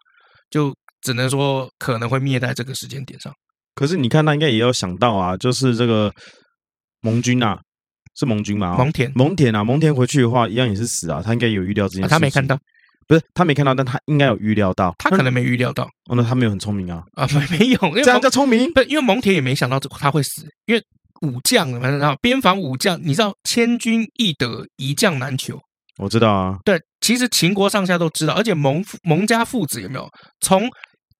就只能说可能会灭在这个时间点上。可是你看，他应该也有想到啊，就是这个盟军啊，是盟军嘛、哦？蒙恬、蒙恬啊，蒙恬回去的话，一样也是死啊，他应该有预料这件事、啊他没看到，，不是他没看到，但他应该有预料到。嗯他可能没预料到哦，那他没有很聪明啊，啊，没没有，因为这样蒙叫聪明？不，因为蒙恬也没想到这他会死，因为武将嘛，然后边防武将，你知道千军易得，一将难求。我知道啊，对，其实秦国上下都知道，而且蒙父蒙家父子有没有从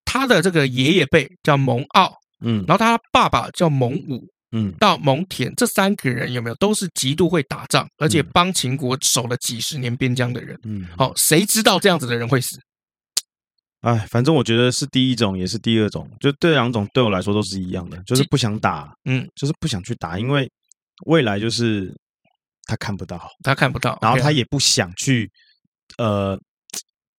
他的这个爷爷辈叫蒙骜，嗯然后他爸爸叫蒙武，嗯到蒙恬这三个人有没有都是极度会打仗，而且帮秦国守了几十年边疆的人？嗯，好、谁知道这样子的人会死？哎，反正我觉得是第一种，也是第二种，就这两种对我来说都是一样的，就是不想打，嗯，就是不想去打，因为未来就是他看不到，他看不到，然后对啊他也不想去呃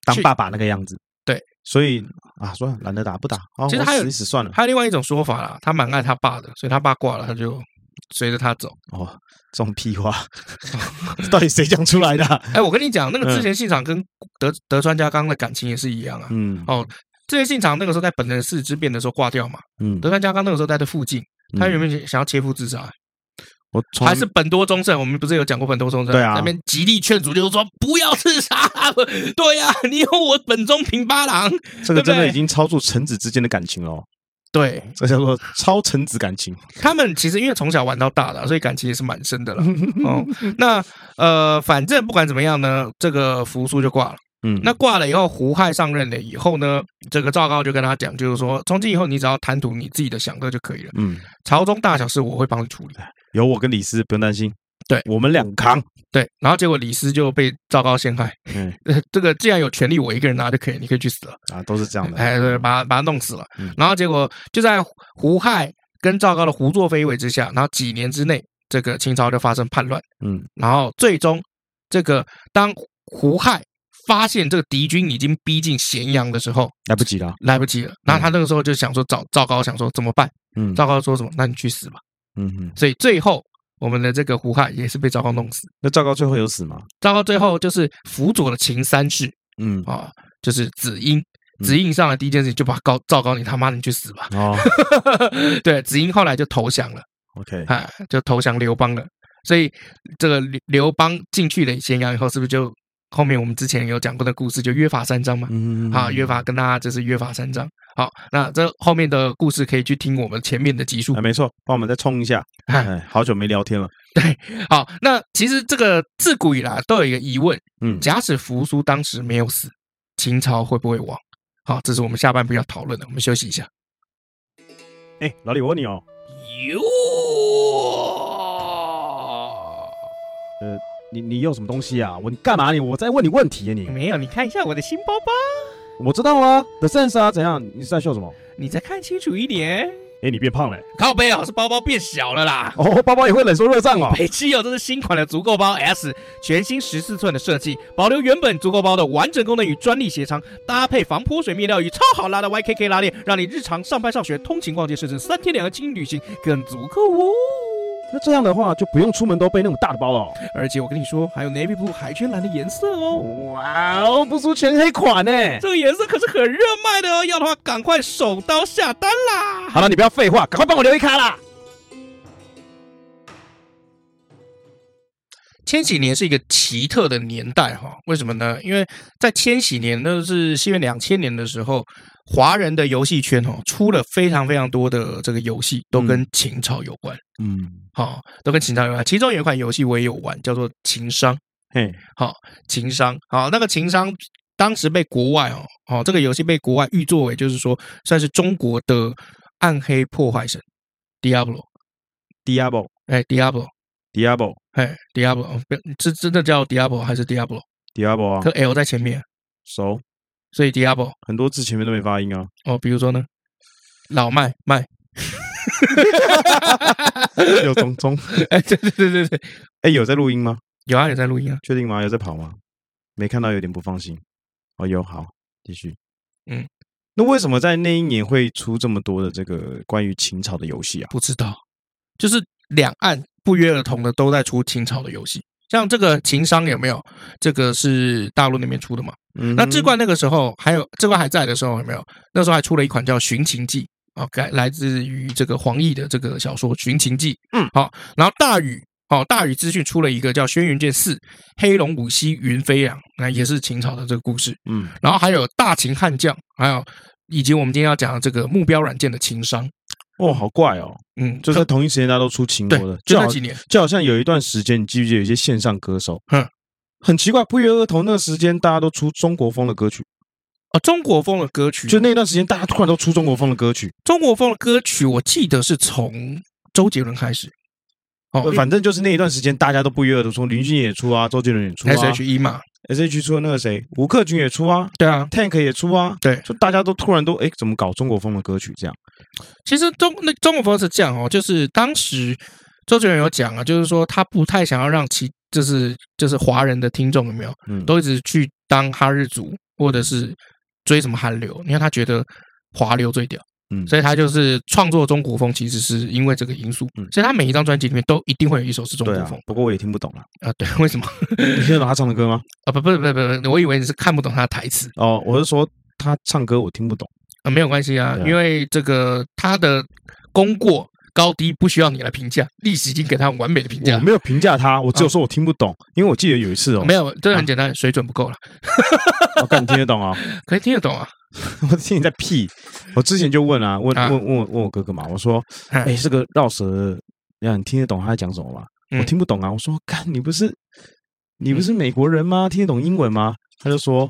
当去爸爸那个样子，对，所以啊，算了，懒得打，不打，啊，其实我还有死一死算了，还有另外一种说法啦，他蛮爱他爸的，所以他爸挂了，他就随着他走。哦，这种屁话， 到底谁讲出来的啊、 哎，我跟你讲，那个之前信长跟德德川家康的感情也是一样啊。嗯哦，之前信长那个时候在本能寺之变的时候挂掉嘛，嗯，德川家康那个时候在这附近，他嗯原本想要切腹自杀，我从还是本多忠胜，我们不是有讲过本多忠胜？对啊那边极力劝阻，就是说不要自杀。 对呀、你有我本宗平八郎。这个对不真的对已经超出臣子之间的感情了哦，对这叫做超臣子感情。他们其实因为从小玩到大的，所以感情也是蛮深 的了。哦，那呃，反正不管怎么样呢，这个扶苏就挂了。嗯，那挂了以后，胡亥上任了以后呢，这个赵高就跟他讲，就是说从今以后你只要贪图你自己的享乐就可以了，嗯，朝中大小事我会帮你处理。有我跟李斯，不用担心。对我们两个 扛。对，然后结果李斯就被赵高陷害。 嗯呃这个既然有权利，我一个人拿就可以，你可以去死了。啊，都是这样的。哎，对，把他把他弄死了嗯。然后结果就在胡亥跟赵高的胡作非为之下，然后几年之内，这个秦朝就发生叛乱。嗯然后最终，这个当胡亥发现这个敌军已经逼近咸阳的时候，来不及了。来不及了。然后他那个时候就想说找赵高，想说怎么办？嗯赵高说什么？那你去死吧。嗯嗯，所以最后，我们的这个胡亥也是被赵高弄死。那赵高最后有死吗？赵高最后就是辅佐了秦三世嗯啊、就是子婴。嗯子婴上来第一件事情就把高赵高你他妈的你去死吧！哦 对，子婴后来就投降了， ，OK，哎，就投降刘邦了。所以这个刘刘邦进去了咸阳以后，是不是就后面我们之前有讲过的故事，就约法三章嘛？嗯好，啊约法跟大家就是约法三章。好，那这后面的故事可以去听我们前面的集数哎，。没错，帮我们再冲一下。哎，好久没聊天了。好，那其实这个自古以来都有一个疑问：嗯，假使扶苏当时没有死，秦朝会不会亡？好，这是我们下半部要讨论的，我们休息一下。哎，老李，我问你哦，哟，你你有什么东西啊？我你干嘛你？我在问你问题啊你。没有，你看一下我的新包包，我知道啊，The Sense 啊，怎样？你是在笑什么？你再看清楚一点。哎，你变胖了欸。靠背哦，是包包变小了啦。哦，包包也会冷缩热胀 哦。北汽有这是新款的足够包 S，全新十四寸的设计，保留原本足够包的完整功能与专利鞋仓，搭配防泼水面料与超好拉的 YKK 拉链，让你日常上班上学、通勤逛街，甚至三天两夜轻旅行更足够哦。那这样的话就不用出门都背那么大的包了哦、而且我跟你说，还有 navy blue 海军蓝的颜色哦，哇哦，不出全黑款呢、这个颜色可是很热卖的哦，要的话赶快手刀下单啦！好了，你不要废话，赶快帮我留一卡啦！千禧年是一个奇特的年代哈，为什么呢？因为在千禧年，那就是西元两千年的时候，华人的游戏圈哦，出了非常非常多的这个游戏，都跟情操有关，嗯，好、都跟情操有关。其中有一款游戏我也有玩，叫做《情商》，嘿，好、情商，好、那个情商当时被国外哦，哦，这个游戏被国外誉作为就是说算是中国的暗黑破坏神，Diablo， Diablo 哎，Diablo， Diablo 哎，Diablo，哦不要，这真的叫 Diablo 还是 Diablo？ Diablo 可啊， L 在前面。熟，所以 Diablo 很多字前面都没发音啊。 哦，比如说呢，老麦麦，有中中，哎，对对对对对，哎，有在录音吗？有啊，有在录音啊，确定吗？有在跑吗？没看到，有点不放心。哦，有，好，继续。嗯，那为什么在那一年会出这么多的这个关于情草的游戏啊？不知道，就是两岸不约而同的都在出清朝的游戏。像这个情商有没有？这个是大陆那边出的嘛？嗯那志冠那个时候还有志冠还在的时候有没有？那时候还出了一款叫《寻情记》哦，改来自于这个黄奕的这个小说《寻情记》。嗯，好、然后大宇哦，大宇资讯出了一个叫《轩辕剑四：黑龙舞息云飞扬》，那也是秦朝的这个故事。嗯，然后还有大秦悍将，还有以及我们今天要讲的这个目标软件的情商，哦，好怪哦，嗯，就特在同一时间大家都出秦国对的，，就就那好几年，就好像有一段时间，你记不记得有一些线上歌手，嗯，很奇怪，不约而同那个时间大家都出中国风的歌曲，哦，中国风的歌曲，就那段时间大家突然都出中国风的歌曲，中国风的歌曲，我记得是从周杰伦开始，哦，反正就是那一段时间大家都不约而同出，林俊也出啊，周杰伦也出啊 S H E 嘛， S H 出了那个谁，吴克群也出啊对啊， ，Tank 也出啊，对就大家都突然都哎怎么搞中国风的歌曲这样，其实中那中国风是这样哦，就是当时周杰伦有讲啊，就是说他不太想要让其就是就是华人的听众有没有嗯，都一直去当哈日族或者是追什么韩流，因为他觉得华流最屌，嗯所以他就是创作中国风，其实是因为这个因素嗯，所以他每一张专辑里面都一定会有一首是中对国啊风，不过我也听不懂了， 啊，对，为什么 你听得懂他唱的歌吗？啊？不不不不不，我以为你是看不懂他的台词哦，我是说他唱歌我听不懂，啊，没有关系啊对，啊因为这个他的功过。高低不需要你来评价，历史已经给他完美的评价我了。没有评价他，我只有说我听不懂，因为我记得有一次哦，没有，这很简单，水准不够了，我看你听得懂啊。可以听得懂啊。我听你在屁。我之前就问啊，问啊问问我问我哥哥嘛，我说，哎哎，这个绕舌，呀，你听得懂他在讲什么吗？嗯我听不懂啊。我说，干，你不是你不是美国人吗？听得懂英文吗？他就说，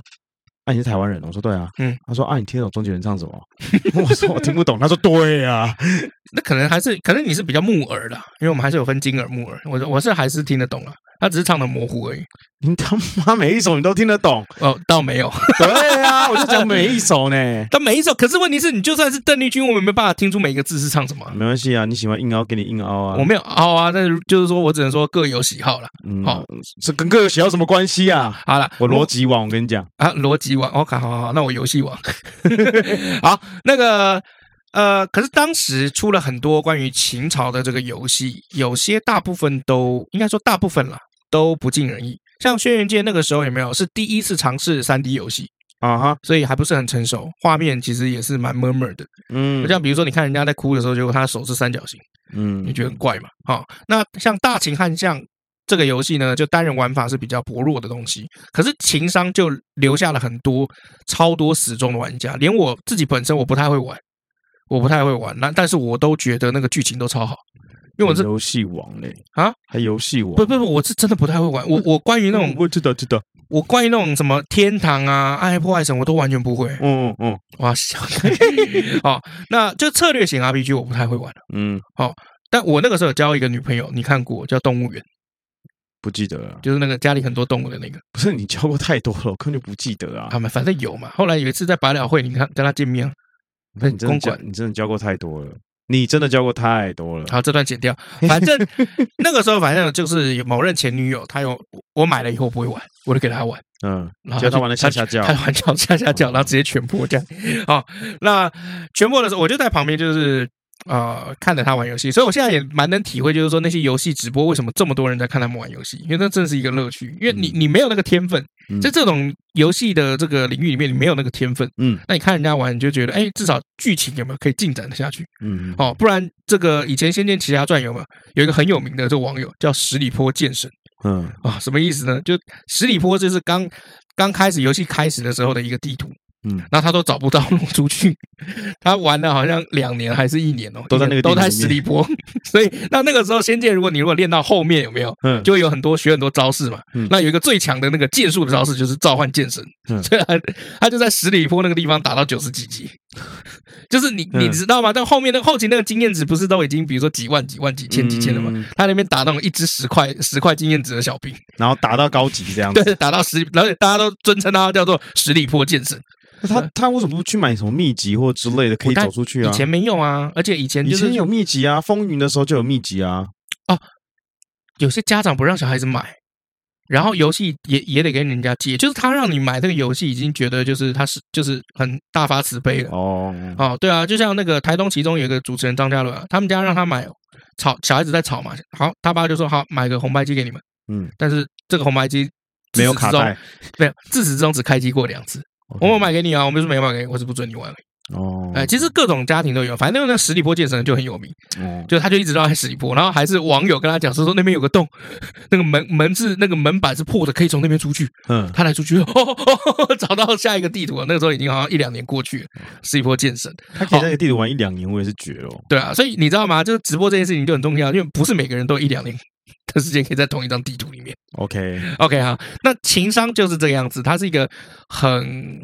啊，你是台湾人哦。我说对啊。嗯。他说啊，你听得懂中间人唱什么？ 我说我听不懂。他说对啊。那可能还是，可能你是比较木耳的，因为我们还是有分金耳、木耳。我我是还是听得懂了，他只是唱的模糊而已。你他妈每一首你都听得懂？哦，倒没有， 对啊，我就讲每一首呢。但每一首，可是问题是你就算是邓丽君，我也没办法听出每一个字是唱什么啊。没关系啊，你喜欢硬凹给你硬凹啊。我没有凹啊，但是就是说我只能说各有喜好了。嗯好，这跟歌有有什么关系啊？好了，我逻辑网，我跟你讲，啊，逻辑王，OK，好好好，那我游戏王。 好，那个呃，可是当时出了很多关于秦朝的这个游戏，有些大部分都应该说大部分啦，都不尽人意。像《轩辕剑》那个时候有没有是第一次尝试三 D 游戏，啊哈，所以还不是很成熟，画面其实也是蛮 murmur 的。嗯，像比如说，你看人家在哭的时候，结果他的手是三角形，嗯，你觉得很怪嘛？好、那像大秦汉将这个游戏呢，就单人玩法是比较薄弱的东西，可是情商就留下了很多超多死忠的玩家，连我自己本身我不太会玩，我不太会玩，那但是我都觉得那个剧情都超好，因为我是游戏王嘞啊，还游戏王，不不不，我是真的不太会玩，我我关于那 种我知道知道，我关于那种什么天堂啊、暗黑破坏神，我都完全不会。嗯嗯哇，小哦，那就策略型 RPG 我不太会玩，嗯，但我那个时候有交一个女朋友，你看过叫动物园，不记得了，就是那个家里很多动物的那个。不是你教过太多了，我根本就不记得啊 他。们反正有嘛。后来有一次在百老汇，你看跟他见面，不是你真的公教，馆你真的教过太多了，你真的教过太多了。好这段 剪掉。反正那个时候，反正就是有某任前女友，她有我买了以后不会玩，我就给她玩，嗯，然后教他她就玩的下哦下教她，玩哦叫下下叫，然后直接全破这样。好，那全破的时候，我就在旁边就是呃看着他玩游戏，所以我现在也蛮能体会，就是说那些游戏直播为什么这么多人在看他们玩游戏，因为那真的是一个乐趣。因为你你没有那个天分，嗯在这种游戏的这个领域里面，你没有那个天分，嗯那你看人家玩，你就觉得哎，至少剧情有没有可以进展的下去嗯，哦，不然这个以前《仙剑奇侠传》有没有有一个很有名的这个网友叫十里坡剑神。嗯啊，什么意思呢？就十里坡就是刚刚开始游戏开始的时候的一个地图，嗯，然后他都找不到路出去， 他玩了好像两年还是一年哦，都在那个地都图在里面十里坡， 所以那那个时候仙剑，如果你如果练到后面有没有？嗯，就会有很多学很多招式嘛嗯，那有一个最强的那个剑术的招式就是召唤剑神，嗯 所以他他就在十里坡那个地方打到九十几级， 就是你你嗯知道吗？但后面那后期那个经验值不是都已经比如说几万几万几千几千了嘛嗯？他那边打那种一只十块十块经验值的小兵，然后打到高级这样子。对，打到十，然后大家都尊称他叫做十里坡剑神。那他他为什么不去买什么秘籍或之类的，可以走出去啊以？前没有啊，而且以前以就是前有秘籍啊，风云的时候就有秘籍啊。有些家长不让小孩子买，然后游戏也也得跟人家借，就是他让你买这个游戏，已经觉得就是他是就是很大发慈悲了。哦，哦，对啊，就像那个台东其中有一个主持人张嘉伦、啊，他们家让他买炒小孩子在炒嘛，好，他爸就说好买个红白机给你们，嗯，但是这个红白机自没有始卡至终带，，没有自始至终只开机过两次，我有买给你啊，我们是没有买给你，我是不准你玩而已。哦，哎，其实各种家庭都有，反正那个十里坡健身就很有名，哦，就他就一直绕在十里坡，然后还是网友跟他讲说说那边有个洞， 那个门门是那个门板是破的，可以从那边出去。嗯，他来出去，哦 哦哦哦找到下一个地图了。那个时候已经好像一两年过去了，十里坡健身，他可以在那个地图玩一两年，我也是绝了哦。对啊，所以你知道吗？就是直播这件事情就很重要，因为不是每个人都有一两年的时间可以在同一张地图里面。 OK， OK 哈，那情商就是这个样子，它是一个很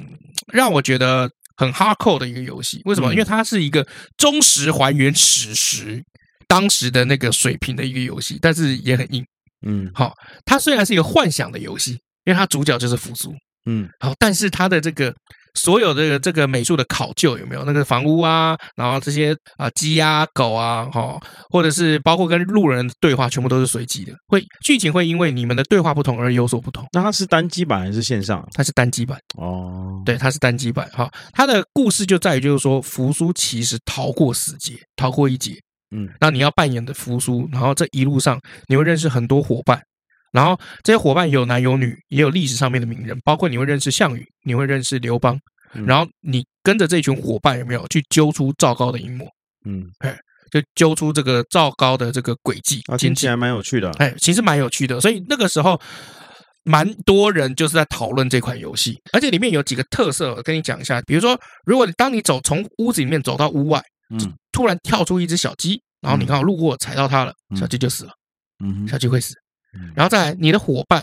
让我觉得很 hardcore 的一个游戏。为什么？嗯因为它是一个忠实还原史实当时的那个水平的一个游戏，但是也很硬。嗯好、它虽然是一个幻想的游戏，因为它主角就是扶苏，嗯好、但是它的这个所有的这个美术的考究有没有那个房屋啊，然后这些啊、鸡啊狗啊，哦，或者是包括跟路人的对话，全部都是随机的，会剧情会因为你们的对话不同而有所不同。那它是单机版还是线上？它是单机版，哦，对，它是单机版。哈，它的故事就在于就是说，扶苏其实逃过死劫，逃过一劫。嗯那你要扮演的扶苏，然后这一路上你会认识很多伙伴，然后这些伙伴有男有女，也有历史上面的名人，包括你会认识项羽，你会认识刘邦，嗯然后你跟着这群伙伴有没有去揪出赵高的阴谋，嗯，就揪出这个赵高的这个诡计啊，奸听起计来蛮有趣的。哎，其实蛮有趣的。所以那个时候，蛮多人就是在讨论这款游戏，而且里面有几个特色，我跟你讲一下。比如说，如果你当你走从屋子里面走到屋外，嗯突然跳出一只小鸡，然后你刚好路过踩到它了，小鸡就死了，嗯小鸡会死嗯。然后再来，你的伙伴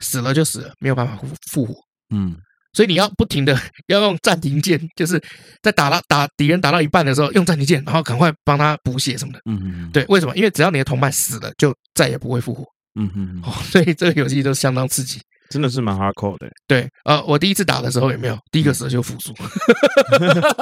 死了就死了，没有办法复复活。嗯所以你要不停的要用暂停键，就是在打到打敌人打到一半的时候用暂停键，然后赶快帮他补血什么的。嗯，对，为什么？因为只要你的同伴死了，就再也不会复活。嗯嗯，哦， 所以这个游戏都相当刺激。真的是蛮 hardcore 的。对，呃，我第一次打的时候有没有第一个蛇就复苏？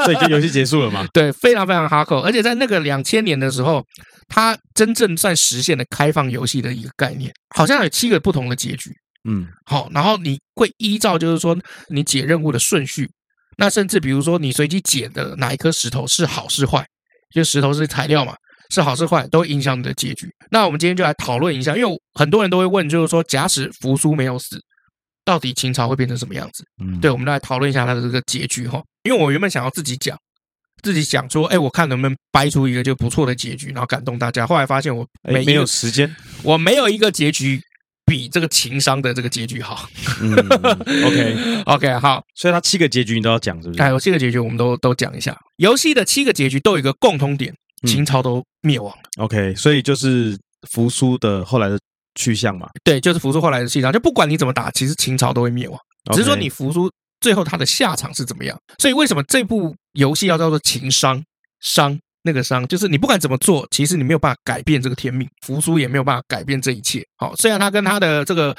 所以就游戏结束了 嘛？对，非常非常哈扣，而且在那个两千年的时候，它真正算实现了开放游戏的一个概念，好像有七个不同的结局。嗯好，然后你会依照就是说你解任务的顺序，那甚至比如说你随机解的哪一颗石头是好是坏，就石头是材料嘛，是好是坏都会影响你的结局。那我们今天就来讨论一下，因为很多人都会问，就是说假使扶苏没有死，到底秦朝会变成什么样子？嗯，对，我们来讨论一下它的这个结局哈。因为我原本想要自己讲，自己讲说，哎，我看能不能掰出一个就不错的结局，然后感动大家。后来发现我哎，没没有时间。我没有一个结局比这个情商的这个结局好。嗯 ，OK， OK，好，所以它七个结局你都要讲，是不是？哎，我七个结局我们都都讲一下。游戏的七个结局都有一个共通点，嗯秦朝都灭亡了。 OK，所以就是扶苏的后来的去向嘛。对，就是扶苏后来的西章，就不管你怎么打，其实秦朝都会灭亡，只是说 OK，你扶苏最后他的下场是怎么样。所以为什么这部游戏要叫做秦商？商那个商，就是你不管怎么做，其实你没有办法改变这个天命，扶苏也没有办法改变这一切。好、虽然他跟他的这个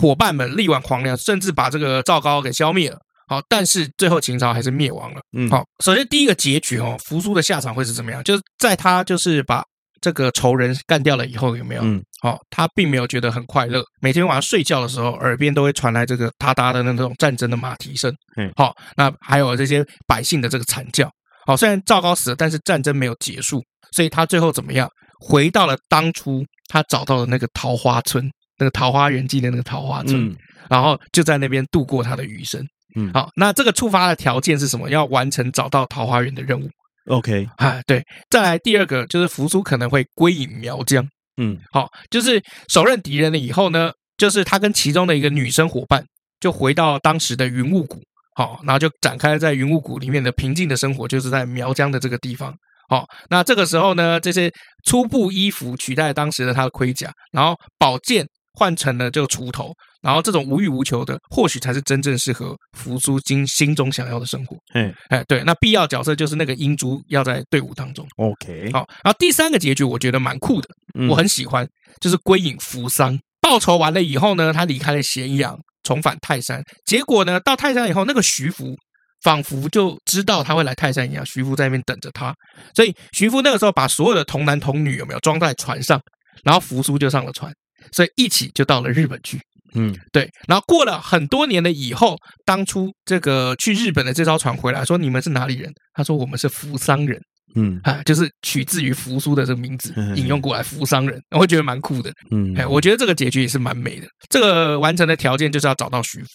伙伴们力挽狂澜，甚至把这个赵高给消灭了。好，但是最后秦朝还是灭亡了。嗯好，首先第一个结局哦，扶苏的下场会是怎么样？就是在他就是把这个仇人干掉了以后，有没有？嗯哦，他并没有觉得很快乐。每天晚上睡觉的时候，耳边都会传来这个哒哒的那种战争的马蹄声。嗯好、那还有这些百姓的这个惨叫。好，虽然赵高死了，但是战争没有结束，所以他最后怎么样？回到了当初他找到的那个桃花村，那个桃花源记啊的那个桃花村，嗯然后就在那边度过他的余生。嗯好，那这个触发的条件是什么？要完成找到桃花源的任务。 ，OK，啊，对，再来第二个就是扶苏可能会归隐苗疆。嗯好、就是手刃敌人了以后呢，就是他跟其中的一个女生伙伴就回到当时的云雾谷，好、然后就展开了在云雾谷里面的平静的生活，就是在苗疆的这个地方。好、那这个时候呢，这些粗布衣服取代当时的他的盔甲，然后宝剑换成了就锄头，然后这种无欲无求的，或许才是真正适合扶苏心心中想要的生活。嘿哎，对，那必要角色就是那个英珠要在队伍当中。 ，OK，好，然后第三个结局我觉得蛮酷的，嗯我很喜欢，就是归隐扶桑。报仇完了以后呢，他离开了咸阳，重返泰山。结果呢，到泰山以后，那个徐福仿佛就知道他会来泰山一样，徐福在那边等着他。所以徐福那个时候把所有的童男童女有没有装在船上，然后扶苏就上了船，所以一起就到了日本去。嗯对，然后过了很多年了以后，当初这个去日本的这艘船回来，说你们是哪里人？他说我们是扶桑人。嗯啊，就是取自于扶苏的这个名字 嗯，引用过来扶桑人，我会觉得蛮酷的。嗯，哎，我觉得这个结局也是蛮美的。这个完成的条件就是要找到徐福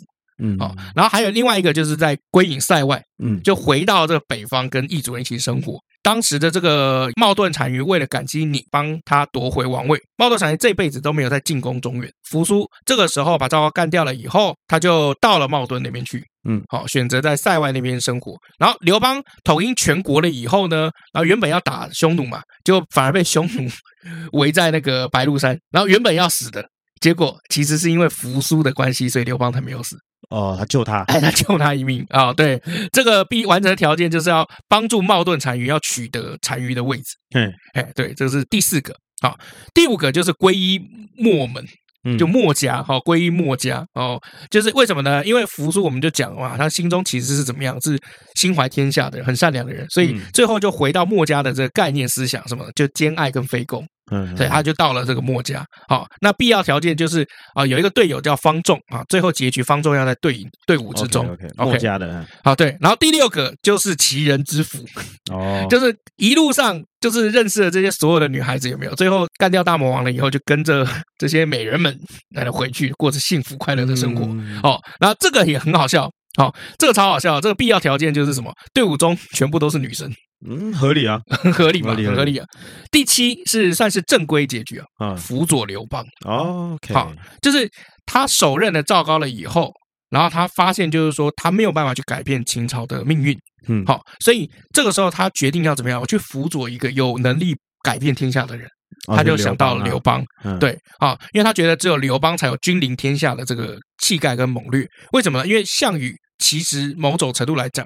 嗯哦，然后还有另外一个就是在归隐塞外，嗯就回到这个北方跟异族人一起生活。当时的这个冒顿单于为了感激你帮他夺回王位，冒顿单于这辈子都没有再进攻中原。扶苏这个时候把赵高干掉了以后，他就到了冒顿那边去，嗯，好、选择在塞外那边生活。然后刘邦统一全国了以后呢，然后原本要打匈奴嘛，就反而被匈奴 围在那个白鹿山，然后原本要死的。结果其实是因为扶苏的关系，所以刘邦才没有死。哦，他救他，哎，他救他一命啊、对，这个必完成的条件就是要帮助冒顿单于要取得单于的位置。嗯哎，对，这是第四个。好、第五个就是皈依墨门，嗯就墨家，好、皈依墨家哦，就是为什么呢？因为扶苏我们就讲嘛，他心中其实是怎么样，是心怀天下的人，很善良的人，所以嗯最后就回到墨家的这个概念思想什么的，就兼爱跟非攻。嗯所以他就到了这个墨家。好，那必要条件就是啊、有一个队友叫方仲啊，最后结局方仲要在队队伍之中。 ，OK，墨家的嗯好，对。然后第六个就是奇人之福，哦，就是一路上就是认识了这些所有的女孩子，有没有？最后干掉大魔王了以后，就跟着这些美人们来了回去，过着幸福快乐的生活。嗯哦，然后这个也很好笑。好、这个超好笑。这个必要条件就是什么？队伍中全部都是女生， 嗯，合理啊，很合理嘛，合理合很理合理啊。第七是算是正规结局啊，啊辅佐刘邦。 ，OK， 哦好就是他手刃了赵高了以后，然后他发现就是说他没有办法去改变秦朝的命运，嗯，好，所以这个时候他决定要怎么样，我去辅佐一个有能力改变天下的人，哦，他就想到了刘邦，邦啊，对啊，因为他觉得只有刘邦才有君临天下的这个气概跟猛略，为什么呢？因为项羽其实某种程度来讲。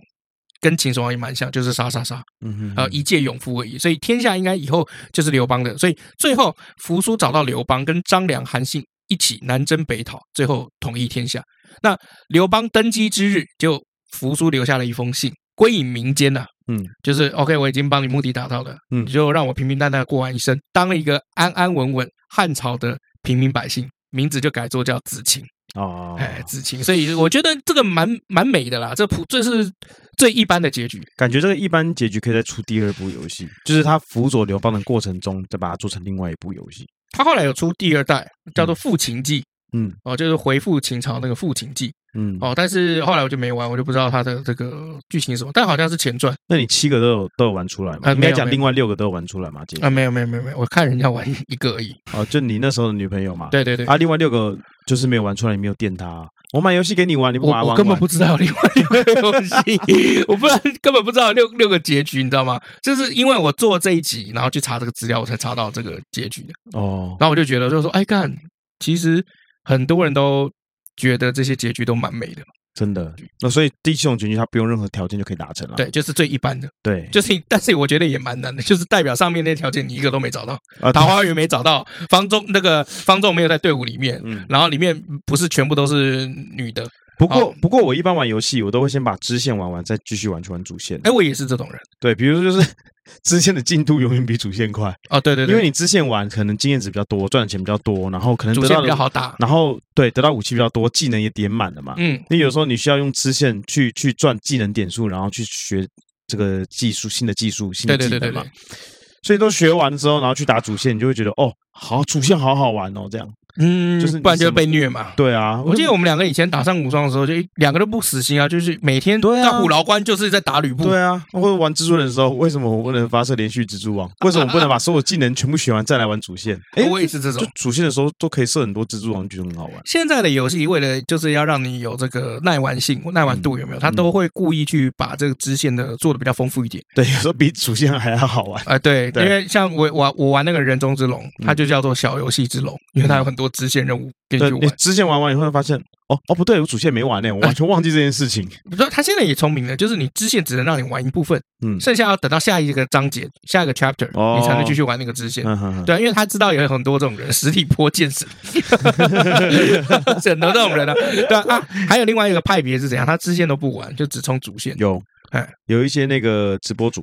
跟秦始皇也蛮像，就是杀杀杀，嗯，嗯呃，嗯一介勇夫而已。所以天下应该以后就是刘邦的。所以最后扶苏找到刘邦，跟张良、韩信一起南征北讨，最后统一天下。那刘邦登基之日，就扶苏留下了一封信，归隐民间呐、嗯，就是 OK，我已经帮你目的达到了，嗯你就让我平平淡淡地过完一生，当了一个安安稳稳汉朝的平民百姓，名字就改作叫子禽。哦，哎，子禽，所以我觉得这个蛮蛮美的啦，这普这是最一般的结局。感觉这个一般结局可以再出第二部游戏，就是他辅佐刘邦的过程中，再把它做成另外一部游戏。他后来有出第二代，叫做《复秦记》。嗯哦，就是回复秦朝那个《复秦记》嗯，哦，但是后来我就没玩，我就不知道它的这个剧情是什么，但好像是前传那你七个都有都有玩出来吗？呃应没该有讲没有另外六个都有玩出来吗？姐啊，没有没有没有没有，我看人家玩一个而已。哦，就你那时候的女朋友嘛。对对对，啊，另外六个就是没有玩出来，你没有电她啊。我买游戏给你玩，你不我把它玩我完根本不知道有 另外六个 游戏，我不然根本不知道有六六个结局，你知道吗？就是因为我做这一集，然后去查这个资料，我才查到这个结局的。哦，然后我就觉得，就是说，哎干，其实很多人都觉得这些结局都蛮美的，真的。那所以第七种结局它不用任何条件就可以达成了。对，就是最一般的。对，就是，但是我觉得也蛮难的，就是代表上面那条件你一个都没找到，啊，桃花源没找到，方仲那个方仲没有在队伍里面，嗯。然后里面不是全部都是女的，不过不过我一般玩游戏，我都会先把支线玩完，再继续玩去玩主线。哎，我也是这种人对，比如说就是 支线的进度永远比主线快。哦，对对对，因为你支线玩可能经验值比较多，赚的钱比较多，然后可能主得线到比较的，好打，然后对得到武器比较多，技能也点满了嘛。嗯，你有时候你需要用支线去去赚技能点数，然后去学这个技术、新的技术、新对的对技对对能嘛对。，所以都学完之后，然后去打主线，你就会觉得哦，好，主线好好玩哦，这样。嗯，就是你不然就什会么被虐嘛。对啊，我记得我们两个以前打上古装的时候，就一两个都不死心啊，就是每天对啊到虎牢关就是在打吕布。对啊，或者玩蜘蛛人的时候，为什么我不能发射连续蜘蛛 网？为什么我不能把所有技能全部学完再来玩主线？哎，我也是这种就。主线的时候都可以射很多蜘蛛网，觉得很好玩。现在的游戏为了就是要让你有这个耐玩性、耐玩嗯度有没有？它都会故意去把这个支线的做的比较丰富一点。对，有时候比主线还要好 玩。啊、对，嗯对因为像我我我玩那个人中之龙，它就叫做小游戏之龙，因为它有很多支线任务给你对去你玩。支线玩完以后会发现，哦哦不对，我主线没玩 呢，我完全忘记这件事情。不知道它现在也聪明了，就是你支线只能让你玩一部分，嗯剩下要等到下一个章节、下一个 chapter，、哦你才能继续玩那个支线。嗯哼哼，对，因为他知道有很多这种人，实体坡剑 神，很多这种人啊。对啊，啊还有另外一个派别是怎样？他支线都不玩，就只冲主线。有哎有一些那个直播主，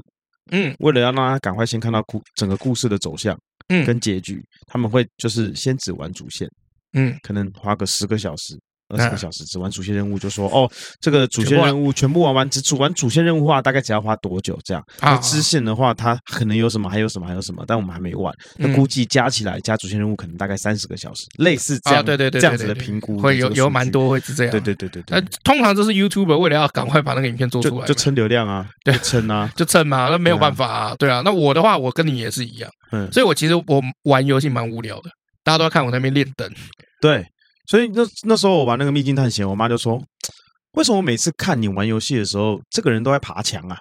嗯，为了要让他赶快先看到故整个故事的走向，嗯跟结局，他们会就是先只玩主线，嗯，可能花个十个小时。二嗯十个小时只玩主线任务，就说哦，这个主线全部玩任务全部玩完，只主玩主线任务的话，大概只要花多久？这样，那啊，支线的话，它可能有什么，还有什么，还有什么，但我们还没玩。那嗯估计加起来加主线任务，可能大概三十个小时，类似这啊，样对对对，对这样子对的对评估，会有有蛮。多会是这样。对对对对那对，呃通常就是 YouTuber 为了要赶快把那个影片做出就来就嘛，撑流量啊，就对撑啊，就蹭嘛，那没有对啊办法啊，对啊。那我的话，我跟你也是一样，嗯，所以我其实我玩游戏蛮无聊的，大家都要看我在那边练灯，对，所以那那时候我玩那个《秘境探险》，我妈就说：“为什么我每次看你玩游戏的时候，这个人都在爬墙啊，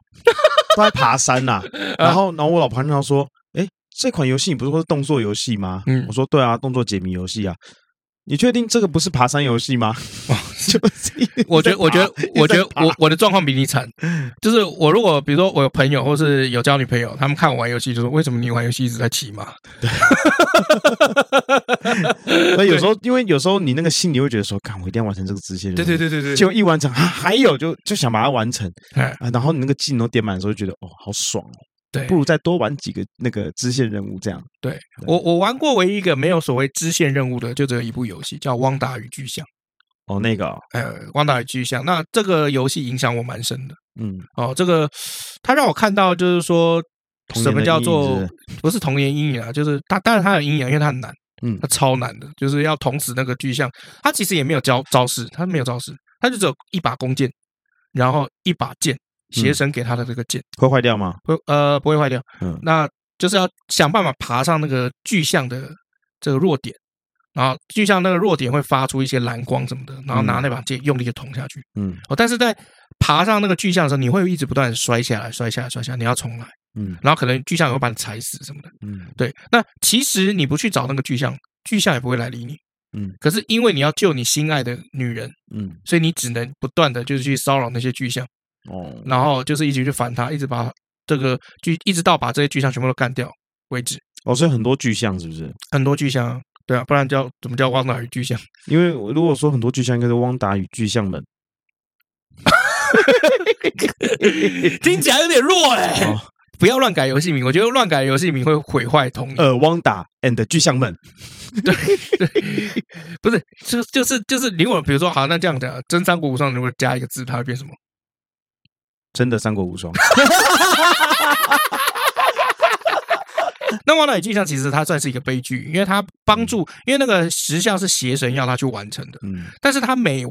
都在爬山 呐、然后，然后我老婆经常说：“哎，这款游戏你不是说是动作游戏吗？”嗯我说：“对啊，动作解谜游戏啊。”你确定这个不是爬山游戏吗？ 就是一直在哦我觉得，我觉得爬一直，我觉得在爬我我的状况比你 惨，就是我如果比如说我有朋友或是有交女朋友，他们看我玩游戏就说为什么你玩游戏一直在骑马？所以有时候，因为有时候你那个心里会觉得说：“看，我一定要完成这个支线。”对对。对对对，结果一完成，啊还有就就想把它完成哎啊，然后你那个技能都点满的时候，就觉得哦，好爽哦，对不如再多玩几个那个支线任务这样。对我我玩过唯一一个没有所谓支线任务的，就只有一部游戏叫《汪达与巨像》。哦，那个哦、呃，《汪达与巨像》那这个游戏影响我蛮深的嗯，哦。这个它让我看到就是说童什年的么叫阴做影是不是童年阴影啊，就是它当然它有阴影，因为它很难，嗯它超难的，就是要捅死那个巨像。它其实也没有招招式，它没有招式，它就只有一把弓箭，然后一把剑，嗯邪神给他的这个剑。会坏掉吗？会呃不会坏掉，嗯那就是要想办法爬上那个巨像的这个弱点，然后巨像那个弱点会发出一些蓝光什么的，然后拿那把剑用力的捅下去。嗯哦，但是在爬上那个巨像的时候，你会一直不断地摔下来、摔下来、摔下来，你要重来，嗯然后可能巨像也会把你踩死什么的。嗯对，那其实你不去找那个巨像，巨像也不会来理你。嗯，可是因为你要救你心爱的女人，嗯，所以你只能不断的就是去骚扰那些巨像。哦，然后就是一直去烦他，一直把这个巨，一直到把这些巨象全部都干掉为止。哦，所以很多巨像是不是？很多巨象啊，对啊，不然叫怎么叫汪达与巨象？ 因为我如果说很多巨像，应该是汪达与巨像们。听起来有点弱哎、哦， 不要乱改游戏名，我觉得乱改游戏名会毁坏童年。呃，汪达 and 巨像们。不是，就就是就是，如果比如说，好，那这样讲，真三国无双如果加一个字，它会变什么？真的三国无双，那汪达与巨象其实它算是一个悲剧，因为它帮助，因为那个石像是邪神要他去完成的，嗯，但是他每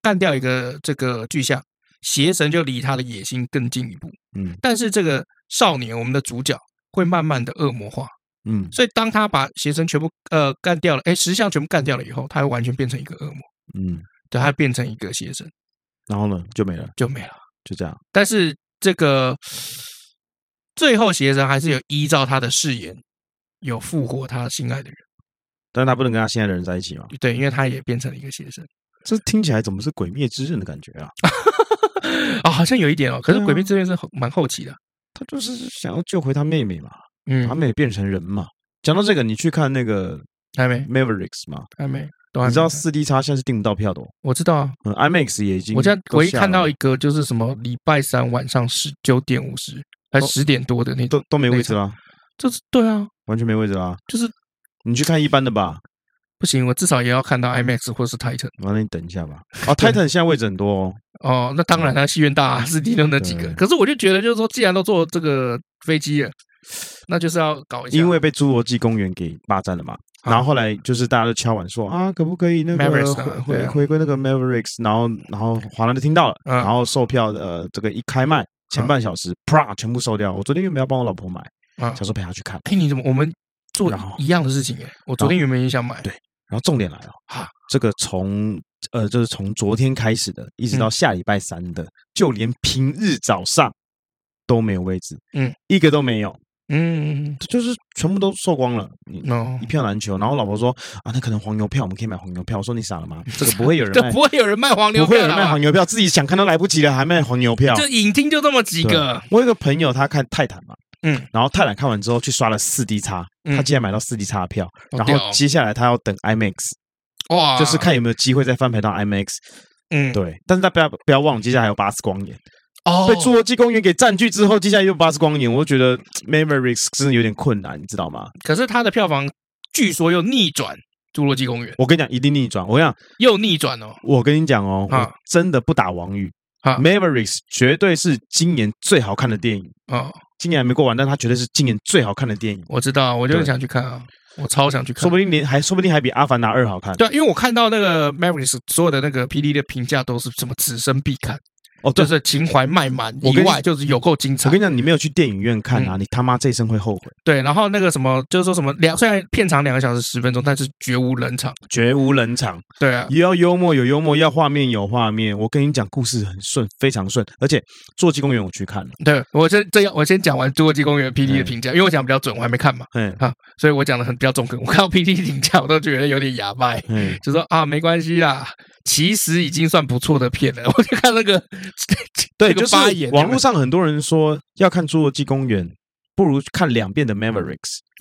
干掉一个这个巨象，邪神就离他的野心更进一步。嗯但是这个少年，我们的主角会慢慢的恶魔化，嗯所以当他把邪神全部呃干掉了，哎，石像全部干掉了以后，他会完全变成一个恶魔，嗯，对，他变成一个邪神然后呢就没了，就没了。就这样。但是这个最后邪神还是有依照他的誓言，有复活他心爱的人，但是他不能跟他现在的人在一起嘛？对，因为他也变成了一个邪神 这听起来怎么是《鬼灭之刃》的感觉啊？啊、好像有一点哦。可是对啊鬼灭之刃是很蛮后期的，他就是想要救回他妹妹嘛，嗯把，妹妹变成人嘛。讲到这个，你去看那个还没 Mavericks 嘛？还没，都还你没知道看四 D 叉现在是订不到票的、哦，我知道啊，嗯，IMAX 也已经我现在都唯一下看了到一个就是什么礼拜三晚上十九点五十还哦十点多的那种，都都没位置啦，就是对啊，完全没位置啦，就是你去看一般的吧。不行，我至少也要看到 IMAX 或是 Titan 完了，你等一下吧。 哦，Titan 现在位置很多哦，哦。那当然啦，戏院大、啊，四 D 就那几个对。可是我就觉得，就是说，既然都坐这个飞机了，那就是要搞一下。因为被侏罗纪公园给霸占了嘛。啊然后后来就是大家都敲碗说啊，可不可以那个 Mavericks 回啊对回啊回归那个 Mavericks？然后然后华南就听到了，嗯然后售票的呃这个一开卖前半小时，啪全部售掉。我昨天原本要帮我老婆买，啊想，说陪她去看，哎，你怎么我们做然后一样的事情？哎，我昨天原本也想买，对然后重点来了啊，这个从呃就是从昨天开始的，一直嗯到下礼拜三的，就连平日早上都没有位置，嗯，一个都没有，嗯，就是全部都售光了。你哦一，票难求。然后我老婆说啊，那可能黄牛票，我们可以买黄牛票。我说你傻了吗？这个不会有人 这卖，不会有人卖黄牛不会票有人卖的黄吧，牛票，自己想看都来不及了，还卖黄牛票。就影厅就这么几对个。我有一个朋友，他看泰坦嘛，嗯，然后泰坦看完之后去刷了四 D 叉，嗯他竟然买到四 D 叉的票，好然屌后哦接下来他要等 IMAX，哇，就是，看有没有机会再翻拍到 IMAX。啊嗯，对，但是大家不要不要忘了，接下来还有巴斯光年哦被，侏罗纪公园给占据之后，接下来又有巴斯光年，我就觉得 Mavericks 真的有点困难，你知道吗？可是它的票房据说又逆转《侏罗纪公园》，我跟你讲，一定逆转。我跟你讲，又逆转哦。我跟你讲哦，啊我真的不打王语，啊 Mavericks》绝对是今年最好看的电影。哦，今年还没过完，但它绝对是今年最好看的电影，我知道，我就对很想去看啊，我超想去看说。不定连还说不定还比《阿凡达二》好看。对啊，因为我看到那个 Mavericks 所有的那个 PD 的评价都是什么此生必看，哦，就对，是情怀卖满我以跟你外，就是有够精我彩跟。你讲，你没有去电影院嗯看啊，你他妈这一生会后悔，对，然后那个什么，就是说什么两，虽然片长两个小时十分钟，但是绝无冷场。绝无冷场。对啊，也要幽默有幽默，要画面有画面。我跟你讲，故事很顺，非常顺。而且《侏罗纪公园》我去看了，对啊我先这样，我先讲完《侏罗纪公园》PD 的嗯评价，因为我讲比较准，我还没看嘛，嗯所以我讲的很比较中肯。我看到 PD 评价，我都觉得有点哑巴欸。嗯，就说啊，没关系啦，其实已经算不错的片了。 我就看那个，对，这个就是发言网络上很多人说要看《侏罗纪公园》，不如看两嗯遍的《Mavericks》。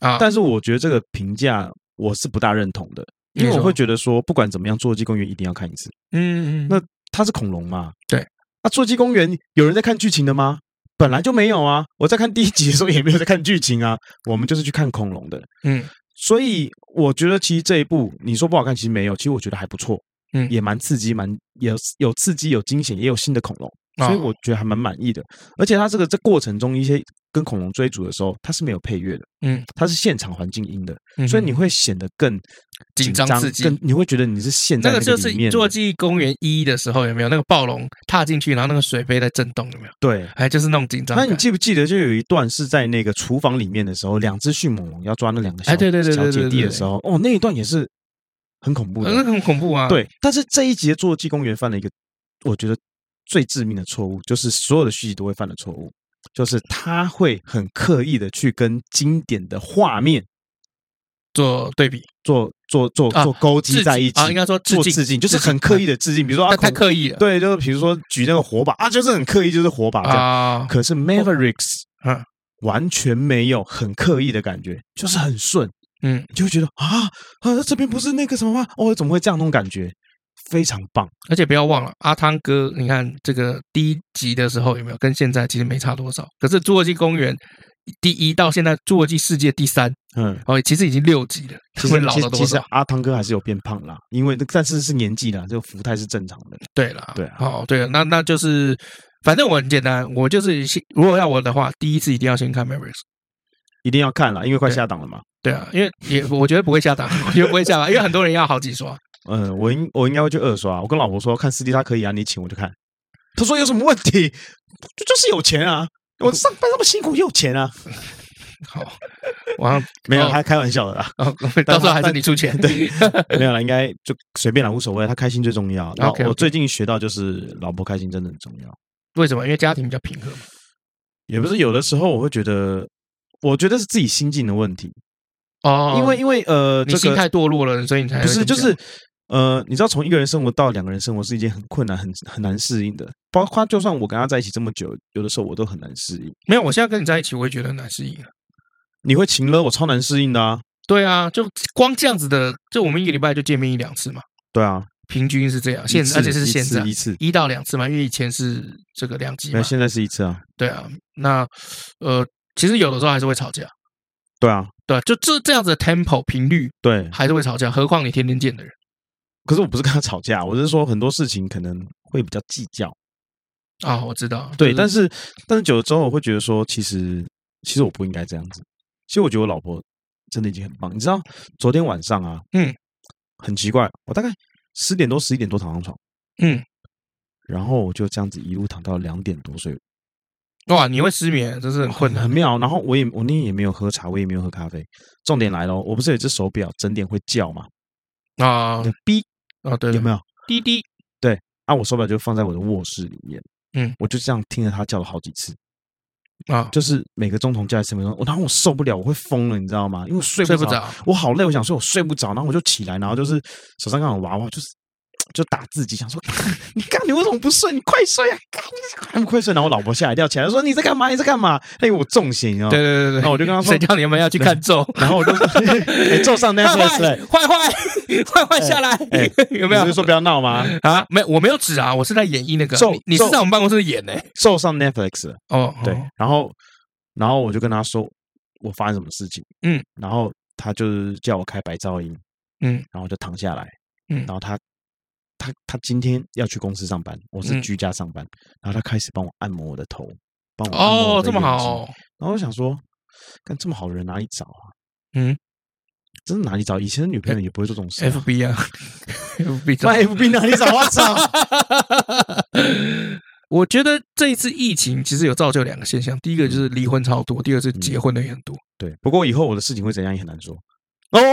啊，但是我觉得这个评价我是不大认同的，因为你我说会觉得说，不管怎么样，《侏罗纪公园》一定要看一次。 嗯，嗯那它是恐龙嘛？对。那《侏罗纪公园》有人在看剧情的吗？本来就没有啊！我在看第一集的时候也没有在看剧情啊，我们就是去看恐龙的。嗯所以我觉得其实这一部你说不好看，其实没有，其实我觉得还不错，嗯也蛮刺激，蛮有有刺激，有惊险，也有新的恐龙，哦所以我觉得还蛮满意的。而且它这个在过程中一些跟恐龙追逐的时候，它是没有配乐的，嗯，它是现场环境音的，嗯所以你会显得更紧张张刺激更你会觉得你是陷在那个就个是里《面侏的。罗纪公园一》的时候，有没有那个暴龙踏进去，然后那个水杯在震动，有没有？对，哎，就是那种紧张那感。你记不记得就有一段是在那个厨房里面的时候，两只迅猛龙要抓那两个小哎对对对对小对姐对弟的对时候，哦，那一段也是很恐怖呃的，那个很恐怖啊！，对，但是这一集的《侏罗纪公园》犯了一个我觉得最致命的错误，就是所有的续集都会犯的错误，就是他会很刻意的去跟经典的画面做对比，做做做啊做勾致击在一起，啊，应该说致做敬，致敬，就是很刻意的致敬。比如说啊，啊，但太恐刻意了。对，就是比如说举那个火把啊，就是很刻意，就是火把这样。啊，可是 Mavericks 啊完全没有很刻意的感觉，就是很顺，嗯，你就会觉得啊啊，这边不是那个什么吗？哦，怎么会这样那种感觉？非常棒。而且不要忘了，阿汤哥，你看这个第一集的时候有没有跟现在其实没差多少？可是《侏罗纪公园》第一到现在《侏罗纪世界》第三，嗯，哦，其实已经六集了， 其会实老其了实多其实少？阿汤哥还是有变胖啦，因为但是是年纪啦，这个福态是正常的。对了，对啊哦，对了，那那就是，反正我很简单，我就是先如果要我的话，第一次一定要先看 Mavericks。一定要看啦，因为快对下档了嘛。对啊，因为也我觉得不会下档， 我觉得不会下档，因为很多人要好几刷。嗯，我应我应该会去二刷。我跟老婆说看四 D 他可以啊，你请我就看。她说有什么问题？就就是有钱啊，我上班那么辛苦也有钱啊。好，我要没有，哦他开玩笑的 啦，哦到时候还是你出钱。对，没有啦，应该就随便啦，无所谓。他开心最重要。然后 OK，OK 我最近学到就是老婆开心真的很重要。 为什么？因为家庭比较平和嘛。也不是有的时候我会觉得，我觉得是自己心境的问题，哦，因为因为呃，你这心个态堕落了，所以你才会不是，这就么是呃，你知道，从一个人生活到两个人生活是一件很困难、很很难适应的。包括就算我跟他在一起这么久，有的时候我都很难适应。没有。我现在跟你在一起，我也觉得很难适应啊。你会情了，我超难适应的啊。对啊，就光这样子的，就我们一个礼拜就见面一两次嘛，对啊，平均是这样。现一次而且是一现次在一次，一到两次嘛，因为以前是这个两集没嘛有，。现在是一次啊。对啊，那呃，其实有的时候还是会吵架，对啊，对吧？就这这样子的 tempo 频率对。还是会吵架，何况你天天见的人。可是我不是跟他吵架，我是说很多事情可能会比较计较。啊、我知道，对，但是是但是久了之后，我会觉得说，其实其实我不应该这样子。其实我觉得我老婆真的已经很棒。你知道，昨天晚上啊，嗯，很奇怪，我大概十点多、十一点多躺上床，嗯，然后我就这样子一路躺到两点多睡，哇，你会失眠，这是很困哦很难。妙。然后我也我那天也没有喝茶，我也没有喝咖啡。重点来咯，我不是有一只手表整点会叫嘛？啊哔啊，对，有没有有？滴滴？啊，我手表就放在我的卧室里面。嗯，我就这样听着它叫了好几次，啊，就是每个钟头叫一次，每个钟头，然后我受不了，我会疯了，你知道吗？因为我睡睡不不着，着，我好累，我想睡，我睡不着，然后我就起来，然后就是手上刚好有娃娃，就是就打自己，想说 你干，你为什么不睡？你快睡啊！干你还不快睡？然后我老婆吓一跳起来，说你在干嘛？你在干嘛？哎，我中邪，你知道对吗？对对对。哦那我就跟他说谁叫你们要去看咒？然后我 就哎坐 上 坏 Netflix 坏嘞，坏坏坏坏下来哎， 有没有你不是？说不要闹 吗？啊，没有，我没有指啊，我是在演绎那个咒，你你是咒在我们办公室演呢。坐上 Netflix 了哦，对哦，然后然后我就跟他说我发生什么事情，嗯，然后他就是叫我开白噪音，嗯然后我就躺下来，嗯然后他他他今天要去公司上班，我是嗯居家上班，然后他开始帮我按摩我的头，帮我按摩哦我，的这么眼好睛哦，然后我想说，看这么好的人哪里找啊？嗯，真的哪里找？以前的女朋友也不会做这种事、啊。，FB 啊，FB 不然 FB 哪里找啊？找我觉得这一次疫情其实有造就两个现象，第一个就是离婚超多，第二个是结婚的也很多。对，不过以后我的事情会怎样也很难说。哦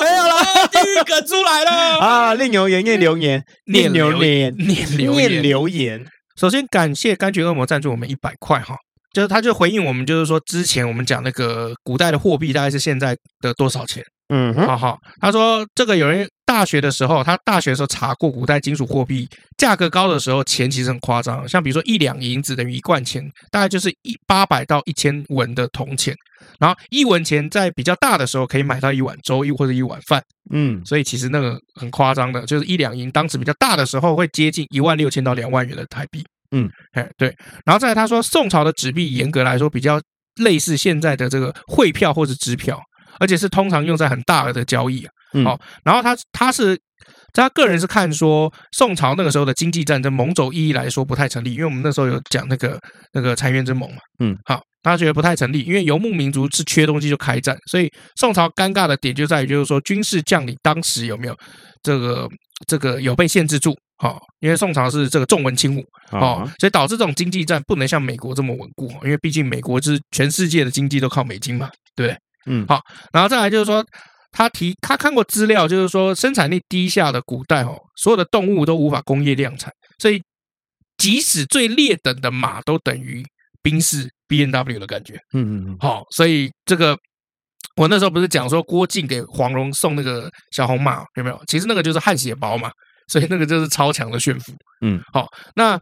没有啦， 第一个出来了，啊，另有言，念留言， 念留留言，念留念言。留言。首先感谢柑橘恶魔赞助我们一百块哈，就是他就回应我们，就是说之前我们讲那个古代的货币大概是现在的多少钱。嗯哼，好好，他说这个有人大学的时候，他大学的时候查过古代金属货币价格高的时候，钱其实很夸张，像比如说一两银子等于一贯钱，大概就是一八百到一千文的铜钱，然后一文钱在比较大的时候可以买到一碗粥一或者一碗饭，嗯，所以其实那个很夸张的，就是一两银当时比较大的时候会接近一万六千到两万元的台币。嗯，哎对，然后再来他说宋朝的纸币严格来说比较类似现在的这个汇票或是支票，而且是通常用在很大额的交易啊。嗯好，然后他他是。他个人是看说宋朝那个时候的经济战争，某种意义来说不太成立，因为我们那时候有讲那个那个澶渊之盟嘛。嗯，好，他觉得不太成立，因为游牧民族是缺东西就开战，所以宋朝尴尬的点就在于，就是说军事将领当时有没有这个这个有被限制住？哦，因为宋朝是这个重文轻武哦啊，，所以导致这种经济战不能像美国这么稳固，因为毕竟美国就是全世界的经济都靠美金嘛，对不对？嗯，好，然后再来就是说，他提他看过资料，就是说生产力低下的古代哦，所有的动物都无法工业量产，所以即使最劣等的马都等于宾士 B N W 的感觉。嗯嗯嗯，好、所以这个我那时候不是讲说郭靖给黄蓉送那个小红马有没有？其实那个就是汗血宝马，所以那个就是超强的炫富。嗯，好、那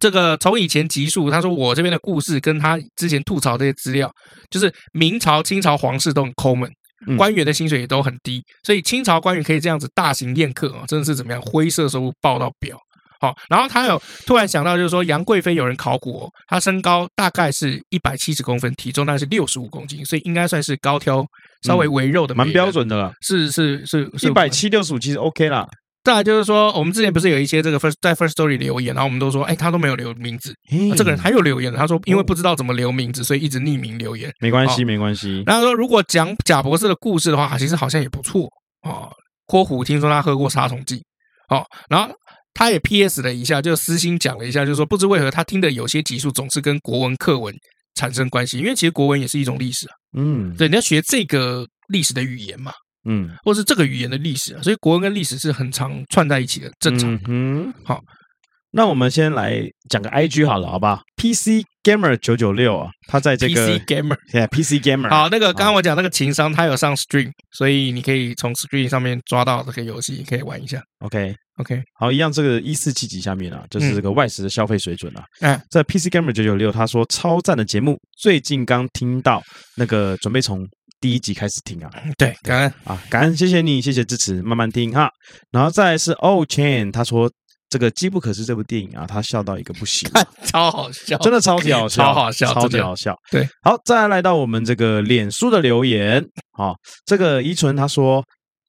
这个从以前集数，他说我这边的故事跟他之前吐槽这些资料，就是明朝、清朝皇室都很抠门。嗯官员的薪水也都很低，所以清朝官员可以这样子大型宴客啊，真的是怎么样灰色收入报到表。好，然后他有突然想到，就是说杨贵妃有人考古、哦，她身高大概是一百七十公分，体重大概是六十五公斤，所以应该算是高挑、稍微微肉的、嗯蛮标，准的了，是是是是一百。七六十五其实 OK 啦。再来就是说，我们之前不是有一些这个 first 在 first story 留言，然后我们都说，哎，他都没有留名字，嘿啊这个人还有留言，他说因为不知道怎么留名字，所以一直匿名留言。没关系，哦没关系。然后说，如果讲贾博士的故事的话，其实好像也不错哦。郭虎听说他喝过杀虫剂哦，然后他也 P.S. 了一下，就私心讲了一下，就是说不知为何他听的有些集数总是跟国文课文产生关系，因为其实国文也是一种历史啊，嗯，对，你要学这个历史的语言嘛，嗯，或是这个语言的历史啊，所以国文跟历史是很常串在一起的，正常。嗯哼好。那我们先来讲个 IG 好了，好吧？PC Gamer 九九六啊，他在这个 P.C. Gamer， Yeah, PC Gamer 好，那个刚刚我讲那个情商，他有上 Stream，所以你可以从 Stream 上面抓到这个游戏，可以玩一下。 ，OK， OK，好，一样这个一四七级下面啊，就是这个外食的消费水准啊。嗯，在 PC Gamer 九九六他说超赞的节目，最近刚听到那个准备从第一集开始听啊，对，感恩。啊，感恩谢谢你，谢谢支持，慢慢听哈。然后再来是 O Oh Chain，他说这个《机不可失》这部电影啊，他笑到一个不行，超好笑，真的超级好笑，超好笑超真级的好笑。对，好，再来来到我们这个脸书的留言，好、这个依纯他说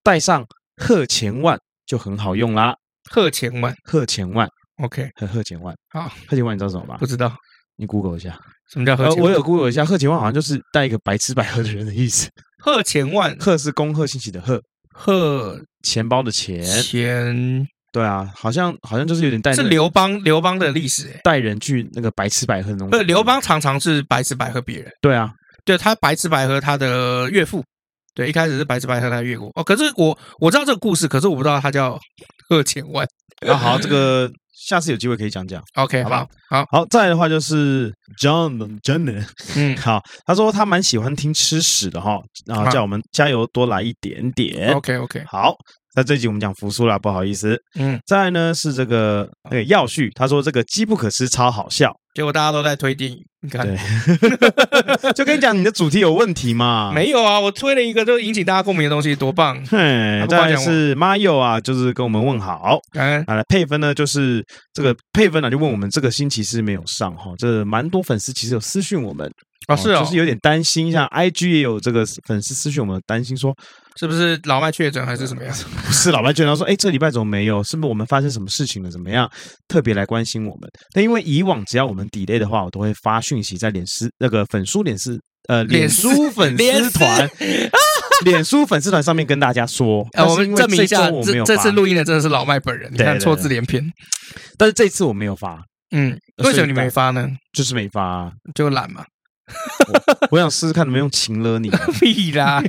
带上贺前万就很好用啦，贺千万贺前万，OK，和贺前万，好，贺前万你知道什么吗不？知道你 Google 一下，什么叫贺啊呃，千我万。有 Google 一下，贺前万好像就是带一个白吃白喝的人的意思，贺千万，贺是恭贺新喜的贺，贺钱包的 钱，千对啊，好像好像就是有点带那是个刘邦，刘邦的历史、欸。带人去那个白吃白喝的那种感呃，觉，刘邦常常是白吃白喝别人，对啊，对他白吃白喝他的岳父，对，一开始是白吃白喝他的岳父。哦，可是我我知道这个故事，可是我不知道他叫贺千万。啊好，这个下次有机会可以讲讲。 OK，好吧好，好，好，再来的话就是 John John，嗯好，他说他蛮喜欢听吃屎的哈，然后啊叫我们加油多来一点点。 ，OK，OK，好，那这集我们讲福叔啦，不好意思。嗯，再来呢是这个那个耀旭，他说这个机不可失超好笑，结果大家都在推电影，你看对， 就跟你讲你的主题有问题嘛。没有啊？我推了一个就引起大家共鸣的东西，多棒！嘿，啊不再夸来奖我是 Mayo 啊，就是跟我们问好。感恩啊，来配分呢，就是这个配分呢、就问我们这个星期是没有上哈，这蛮多粉丝其实有私讯我们啊，是哦就，是有点担心，像 IG 也有这个粉丝私讯我们担心说，是不是老麦确诊还是什么样？不是老白觉得说，哎，这礼拜怎么没有？是不是我们发生什么事情了？怎么样？特别来关心我们。那因为以往只要我们 delay 的话，我都会发讯息在脸丝那个粉书脸丝呃脸脸丝书粉脸丝丝团脸书粉丝团上面跟大家 说，呃，但我是因们为证明一下这周，我没这有这次发录音的真的是老麦本人，你对看对错对字连篇。但是这次我没有发，嗯，所以为什么你大没发呢？就是没发啊、就懒嘛，我想试试看能不能用情了你。 屁 啦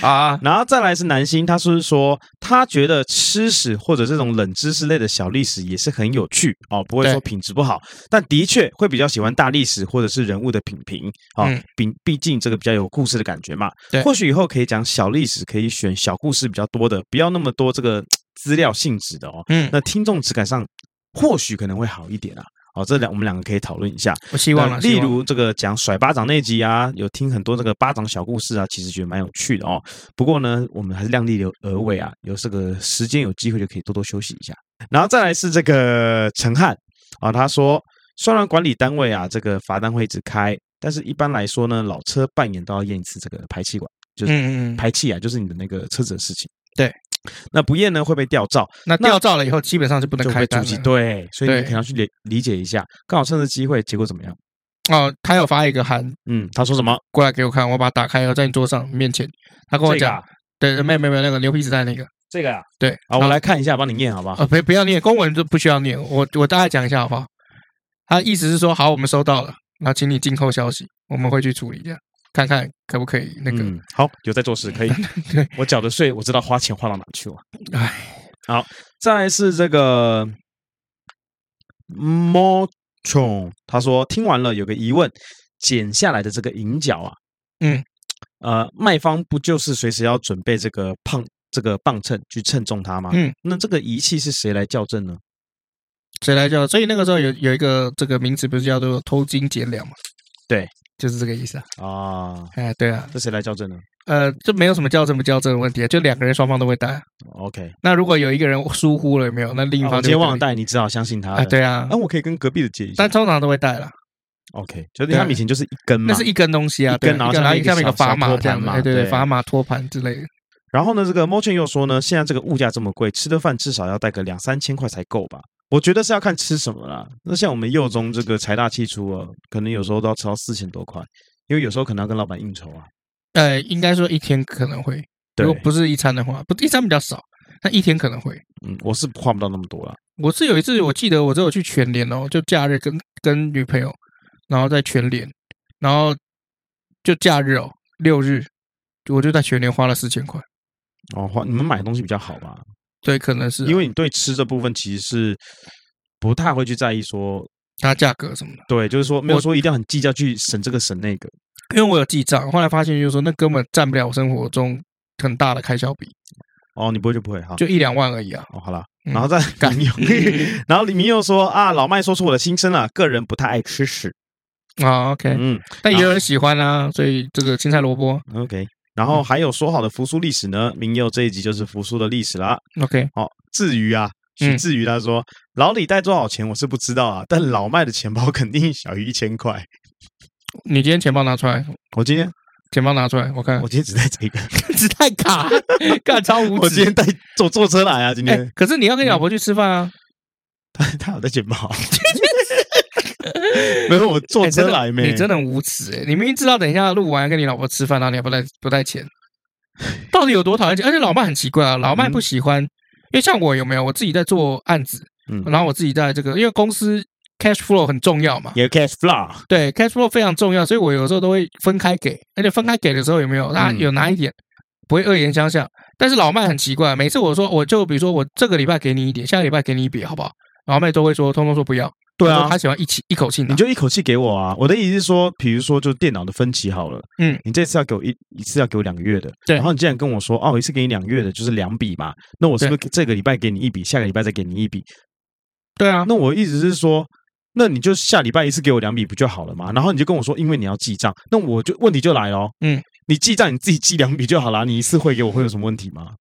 啊！然后再来是南星，他是说他觉得吃屎或者这种冷知识类的小历史也是很有趣哦，不会对说品质不好，但的确会比较喜欢大历史或者是人物的品评哦嗯，毕、毕竟这个比较有故事的感觉嘛。对或许以后可以讲小历史，可以选小故事比较多的，不要那么多这个嘖资料性质的哦。嗯，那听众质感上或许可能会好一点啊。哦，这两我们两个可以讨论一下。我希望那了。例希望如这个讲甩巴掌那集啊，有听很多这个巴掌小故事啊，其实觉得蛮有趣的哦。不过呢，我们还是量力而为啊，有这个时间有机会就可以多多休息一下。然后再来是这个陈汉啊，他说虽然管理单位啊这个罚单会一直开，但是一般来说呢，老车半年都要验一次这个排气管，就嗯是嗯嗯，排气啊，就是你的那个车子的事情。对，那不验呢会被吊照，那掉照了以后，基本上是不能就开会单主了机。对，所以你对可能要去理理解一下。刚好趁着机会，结果怎么样？哦，他有发一个函嗯，他说什么？过来给我看，我把它打开，然后在你桌上面前，他跟我这个讲啊，对，没有没有没有那个牛皮纸袋那个，这个啊，对，啊，我来看一下，帮你念好不好？啊，不不要念，公文就不需要念，我我大概讲一下好不好？他意思是说，好，我们收到了，然后请你静候消息，我们会去处理一下，看看可不可以那个。。嗯，好，有在做事，可以 对，我缴的税，我知道花钱花到哪去了。哎，再来是这个 m o t r o n 他说听完了有个疑问，剪下来的这个银角啊，嗯，呃，卖方不就是随时要准备这个磅这个磅秤去称重它吗？嗯，那这个仪器是谁来校正呢？谁来叫？所以那个时候有有一个这个名词，不是叫做偷斤减两嘛？对，就是这个意思啊。啊，哎，对啊，这谁来校正呢呃，就没有什么校正不校正的问题啊，就两个人双方都会带。啊？OK，那如果有一个人疏忽了，有没有？那另一啊我方今就天会忘了带，哦你只好相信他啊，了。对啊那，我可以跟隔壁的借一下但。通常都会带了， OK，就是他们以前就是一根嘛，那是一根东西啊，一根对啊然后一下根面然后一个下面一个小小砝码托这样盘子，嘛哎，对对，对砝码托盘之类的。然后呢，这个 Motion 又说呢，现在这个物价这么贵，吃顿饭至少要带个两三千块才够吧？我觉得是要看吃什么啦。那像我们幼中这个财大气粗啊，可能有时候都要吃到四千多块，因为有时候可能要跟老板应酬啊。呃，应该说一天可能会，对如果，不是一餐的话，不一餐比较少，那一天可能会。嗯，我是花不到那么多啦。我是有一次，我记得我只有去全联哦，就假日跟跟女朋友，然后在全联，然后就假日哦，六日我就在全联花了四千块，哦，花你们买东西比较好吧？对，可能是啊因为你对吃这部分其实是不太会去在意说，它价格什么的，对，就是说没有我说一定要很计较去省这个省那个。因为我有记账，后来发现就是说那根本占不了我生活中很大的开销比，哦，你不会就不会哈。就一两万而已啊。哦，好了，嗯然后 再干明佑，然后李明佑说啊，老麦说出我的心声了，个人不太爱吃屎。啊，OK，嗯但也有人喜欢啊，所以这个青菜萝卜，OK。然后还有说好的福叔历史呢，明佑这一集就是福叔的历史啦。 ，OK，哦，至于啊，嗯许志宇他说：“老李带多少钱我是不知道啊，但老麦的钱包肯定小于一千块。你今天钱包拿出来，我今天钱包拿出来，我看我今天只带这个，嗯 只带卡， 干超无 我今耻天。带坐坐车来啊，今哎天、，可是你要跟你老婆去吃饭啊！他哎他有带钱 包，没有我嗯坐哎真车的来没？你真的很无耻哎！你明明知道等一下录完跟你老婆吃饭，然后你还不带不带钱，到底有多讨厌钱？而且老麦很奇怪啊，老麦不喜欢，因为像我有没有我自己在做案子，嗯然后我自己在这个，因为公司 cash flow 很重要嘛，有 cash flow，对 cash flow 非常重要，所以我有时候都会分开给，而且分开给的时候有没有，那嗯有拿一点，不会恶言相向。但是老麦很奇怪，每次我说我就比如说我这个礼拜给你一点，下个礼拜给你一笔，好不好？老麦都会说，通通说不要。对他啊说他喜欢一起一口气拿你。就一口气给我啊！我的意思是说，比如说，就电脑的分期好了，嗯，你这次要给我一一次要给我两个月的，对然后你既然跟我说，哦，一次给你两个月的，就是两笔嘛，那我是不是这个礼拜给你一笔，下个礼拜再给你一笔？对啊，那我意思是说，那你就下礼拜一次给我两笔不就好了嘛？然后你就跟我说，因为你要记账，那我就问题就来了，哦嗯，你记账你自己记两笔就好啦，你一次汇给我会有什么问题吗？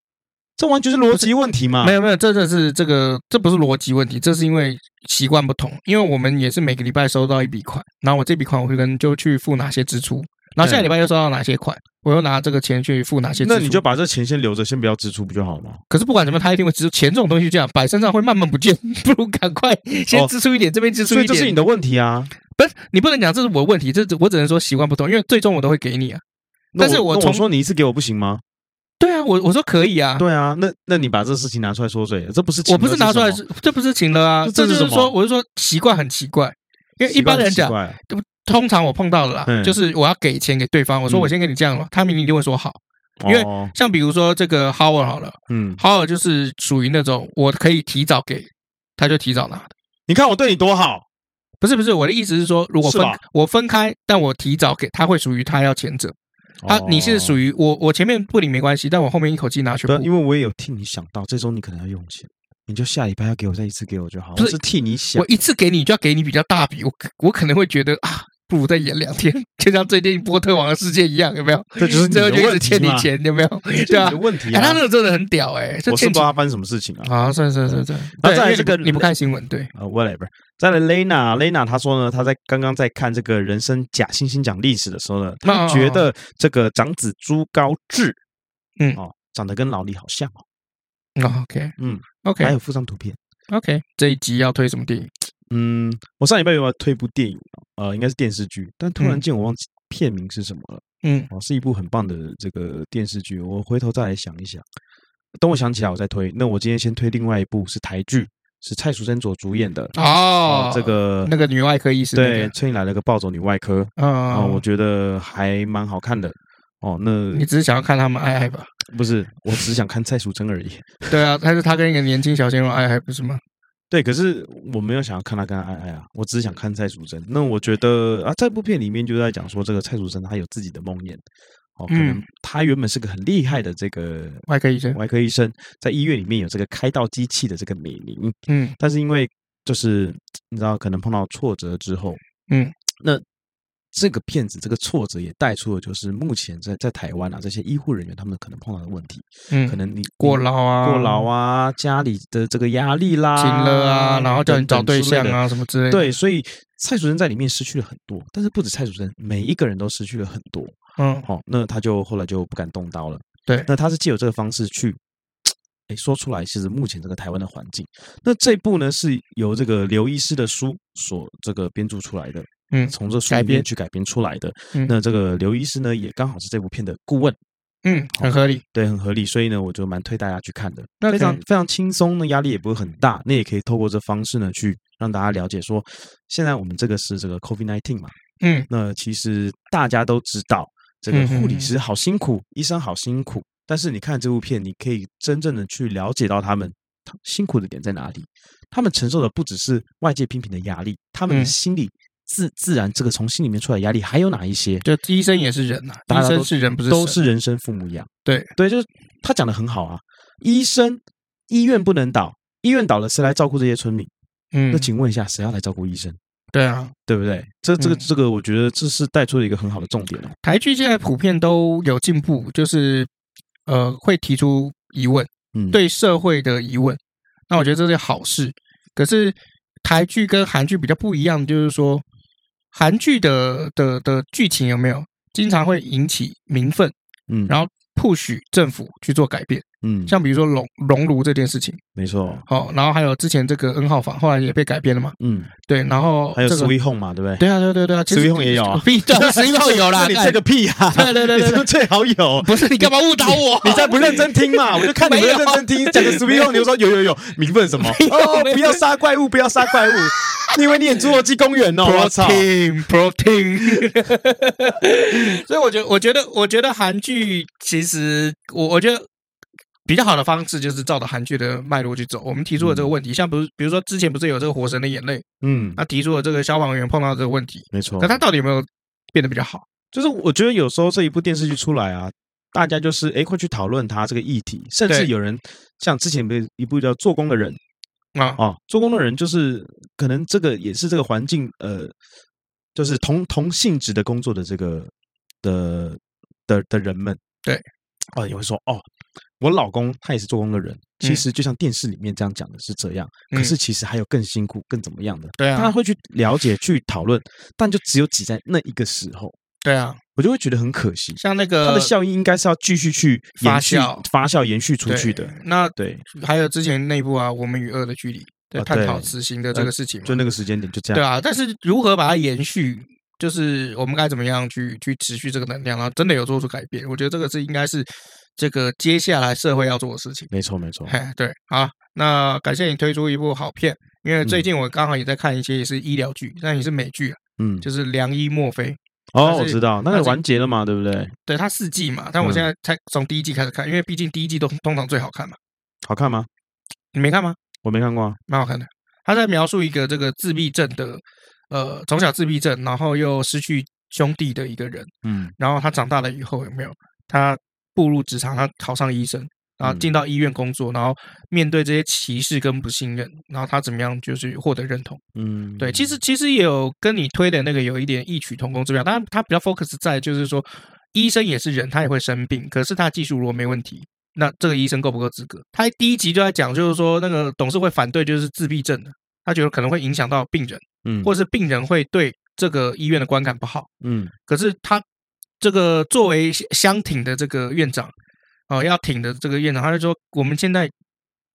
这完全是逻辑问题嘛？没有没有，这这是这个这不是逻辑问题，这是因为习惯不同。因为我们也是每个礼拜收到一笔款，然后我这笔款我会跟就去付哪些支出，然后下个礼拜又收到哪些款，我又拿这个钱去付哪些支出。那你就把这钱先留着，先不要支出不就好了吗？可是不管怎么样，他一定会支出钱这种东西就这样摆身上会慢慢不见，不如赶快先哦支出一点，这边支出所一以这是你点。的问题啊。不是你不能讲这是我的问题，这只我只能说习惯不同，因为最终我都会给你啊。那但是我那从我说你一次给我不行吗？对啊，我我说可以啊， 对啊，那那你把这事情拿出来说嘴，这不是情我不是拿出来勒是是，这不是情了啊，这这这是就是什么说，我是说习惯很奇怪，因什么为一般人习讲。惯很奇怪啊通常我碰到的啦，嗯就是我要给钱给对方，我说嗯我先给你这样了，他明明一定会说好。因为哦像比如说这个 Howard 好了嗯， ，Howard 就是属于那种我可以提早给，他就提早拿的。你看我对你多好，不是不是，我的意思是说，如果分是吧我分开，但我提早给，他会属于他要前者。他啊你是于属于我，我前面不领没关系，但我后面一口气拿全哦对啊，部。因为我也有替你想到，这周你可能要用钱，你就下礼拜要给我再一次给我就好，不我是是替你想我，一次给你就要给你比较大笔，我可我可能会觉得啊，不如再演两天，就像最近波特王的事件一样，有没有？这就是你最后的就一直问题欠你嘛，钱，有没有？这对是啊你的，问题哎，他那啊。个真的很屌哎、这我是欠不知钱道他发生什么事情啊。啊，算算算算。然后对再来因为这个你不你不看新闻，对，呃、w h a t e v e r 再来 Lena Lena，她说呢，她在刚刚在看这个人生假星星奖历史的时候呢，哦哦她哦觉得这个长子朱高志，嗯哦，长得跟老李好像哦，哦，OK，嗯还，OK 有附上图片。 OK，这一集要推什么电影？嗯，我上礼拜有要推一部电影，呃，应该是电视剧，但突然嗯间我忘记片名是什么了。嗯，哦，是一部很棒的这个电视剧，我回头再来想一想。等我想起来，我再推。那我今天先推另外一部是台剧，是蔡淑珍所主演的哦哦，，这个那个女外科医师那对个，，崔颖来了个暴走女外科啊、啊，我觉得还蛮好看的。哦，那你只是想要看他们爱 爱吧？不是，我只想看蔡淑珍而已。对啊，但是他跟一个年轻小鲜肉爱爱不是吗？对，可是我没有想要看她跟她爱爱啊，我只是嗯想看蔡淑珍。那我觉得啊，这部片里面就在讲说，这个蔡淑珍她有自己的梦魇。哦，可能嗯她原本是个很厉害的这个外科医生，外科医生在医院里面有这个开刀机器的这个美名，嗯但是因为就是你知道，可能碰到挫折之后，嗯，那这个片子这个挫折也带出了，就是目前在在台湾啊，这些医护人员他们可能碰到的问题，嗯，可能你过你劳啊，过劳，啊，家里的这个压力啦，哎情了啊，然后叫你找对象啊，什么之类等等之类的，的。，对，所以蔡主任在里面失去了很多，但是不止蔡主任，每一个人都失去了很多。嗯好、那他就后来就不敢动刀了。对那他是借由这个方式去，哎，说出来，其实目前这个台湾的环境。那这一部呢，是由这个刘医师的书所这个编著出来的，嗯从这书改里面编去改编出来的。嗯那这个刘医师呢，也刚好是这部片的顾问，嗯，哦很合理。对，很合理，所以呢，我就蛮推大家去看的，那非可常以非常轻松呢，压力也不会很大。那也可以透过这方式呢，去让大家了解说，现在我们这个是这个 COVID nineteen 嘛，嗯那其实大家都知道，这个嗯哼护理哼师好辛苦，医生好辛苦。但是你看这部片，你可以真正的去了解到他们他辛苦的点在哪里。他们承受的不只是外界批评的压力，他们的嗯心理自自然这个从心里面出来的压力还有哪一些？就医生也是人呐、啊大医家都生是人，不是都神是人生父母养。对对，就是他讲的很好啊。医生医院不能倒，医院倒了谁来照顾这些村民？嗯那，请问一下，谁要来照顾医生？对啊，对不对？这这个嗯这个，我觉得这是带出了一个很好的重点哦。台剧现在普遍都有进步，就是呃会提出疑问，嗯，对社会的疑问。那我觉得这是好事。可是台剧跟韩剧比较不一样，就是说韩剧的的的剧情有没有经常会引起民愤，嗯，然后 push 政府去做改变，嗯，像比如说熔熔炉这件事情，没错，哦，然后还有之前这个 N 号房后来也被改编了嘛，嗯，对，然后还有这个 Sweet Home 嘛，对不对？对啊， 对啊对啊对啊，其实 Sweet Home 也 有啊屁对，Sweet Home 有啦， 你干这个屁啊！对对对对你这最好 有。不是你干嘛误导我？你再不认真听嘛，我就看你们没有认真听。 讲个 Sweet Home，你就说有有有，名分什么？ 没有哦，没有不要杀怪物，不要杀怪物。 你以为你演侏罗纪公 园哦？我操！ protein protein，所以我觉得，我觉得，我觉得韩剧其实我我觉得比较好的方式就是照着韩剧的脉络去走。我们提出了这个问题，像比如比如说之前不是有这个《火神的眼泪》，嗯，那提出了这个消防员碰到这个问题，没错那。他到底有没有变得比较好？就是我觉得有时候这一部电视剧出来啊，大家就是哎会去讨论它这个议题，甚至对有人像之前不是一部叫《做工的人》啊，啊，做工的人就是可能这个也是这个环境呃，就是同同性质的工作的这个的的的人们，对，啊也会说哦，我老公他也是做工的人，其嗯实就像电视里面这样讲的是这样，嗯可是其实还有更辛苦、更怎么样的，对大家啊，会去了解、去讨论，但就只有挤在那一个时候，对啊，我就会觉得很可惜。像那个它的效应应该是要继续去呃发延续酵发酵、延续出对去的。那对，还有之前那部啊，《我们与恶的距离》在啊探讨对死刑的这个事情嘛，就那个时间点就这对样。啊，但是如何把它延续，就是我们该怎么样去去持续这个能量，然后真的有做出改变，我觉得这个是应该是这个接下来社会要做的事情。没错，没错。哎，对，好，那感谢你推出一部好片，因为最近我刚好也在看一些也是医疗剧，但也是美剧啊，嗯，就是《良医墨菲》，哦，是我知道，那它个是完结了嘛，对不对？对它四季嘛，但我嗯现在才从第一季开始看，因为毕竟第一季都通常最好看嘛。好看吗？你没看吗？我没看过啊。蛮好看的。他在描述一个这个自闭症的，呃，从小自闭症，然后又失去兄弟的一个人，嗯然后他长大了以后有没有？他步入职场，他考上医生，然后进到医院工作，然后面对这些歧视跟不信任，然后他怎么样就是获得认同？嗯，对，其实其实也有跟你推的那个有一点异曲同工之妙，当然他比较 focus 在就是说，医生也是人，他也会生病，可是他技术如果没问题。那这个医生够不够资格？他第一集就在讲，就是说那个董事会反对就是自闭症的，他觉得可能会影响到病人，嗯，或者是病人会对这个医院的观感不好。嗯可是他这个作为相挺的这个院长，哦、要挺的这个院长，他就说我们现在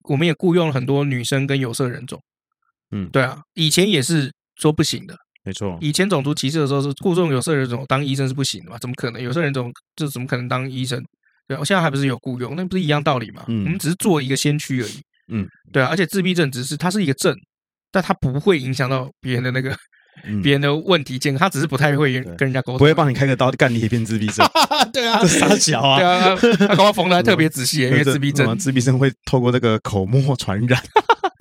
我们也雇佣了很多女生跟有色人种，嗯，哦对啊，以前也是说不行的，没错。以前种族歧视的时候是雇佣有色人种当医生是不行的嘛，怎么可能有色人种就怎么可能当医生？对啊，我现在还不是有雇佣，那不是一样道理嘛？嗯我们只是做一个先驱而已。嗯，对啊，而且自闭症只是它是一个症，但它不会影响到别人的那个嗯别人的问题健康，他只是不太会对跟人家沟通，啊不 会帮你开个刀干你也变自闭症，对啊这，傻小 对啊！啊，他 他搞到缝的还特别仔细，因为这自闭什么症自闭症会透过这个口沫 传 染，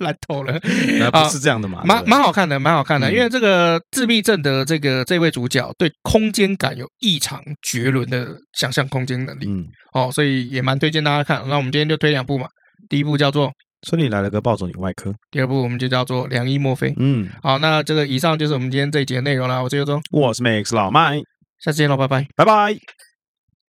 烂透 了，不是这样的嘛？对蛮不啊对蛮好看的，蛮好看的。嗯因为这个自闭症的这个这位主角对空间感有异常绝伦的想象空间能力嗯，哦，所以也蛮推荐大家看。那我们今天就推两部嘛，第一部叫做，所以你来了个暴走女外科，第二部我们就叫做《良医墨菲》。嗯，好，那这个以上就是我们今天这一节内容啦。我是尤忠，我是 Max 老麦，下次见喽，拜拜。拜拜。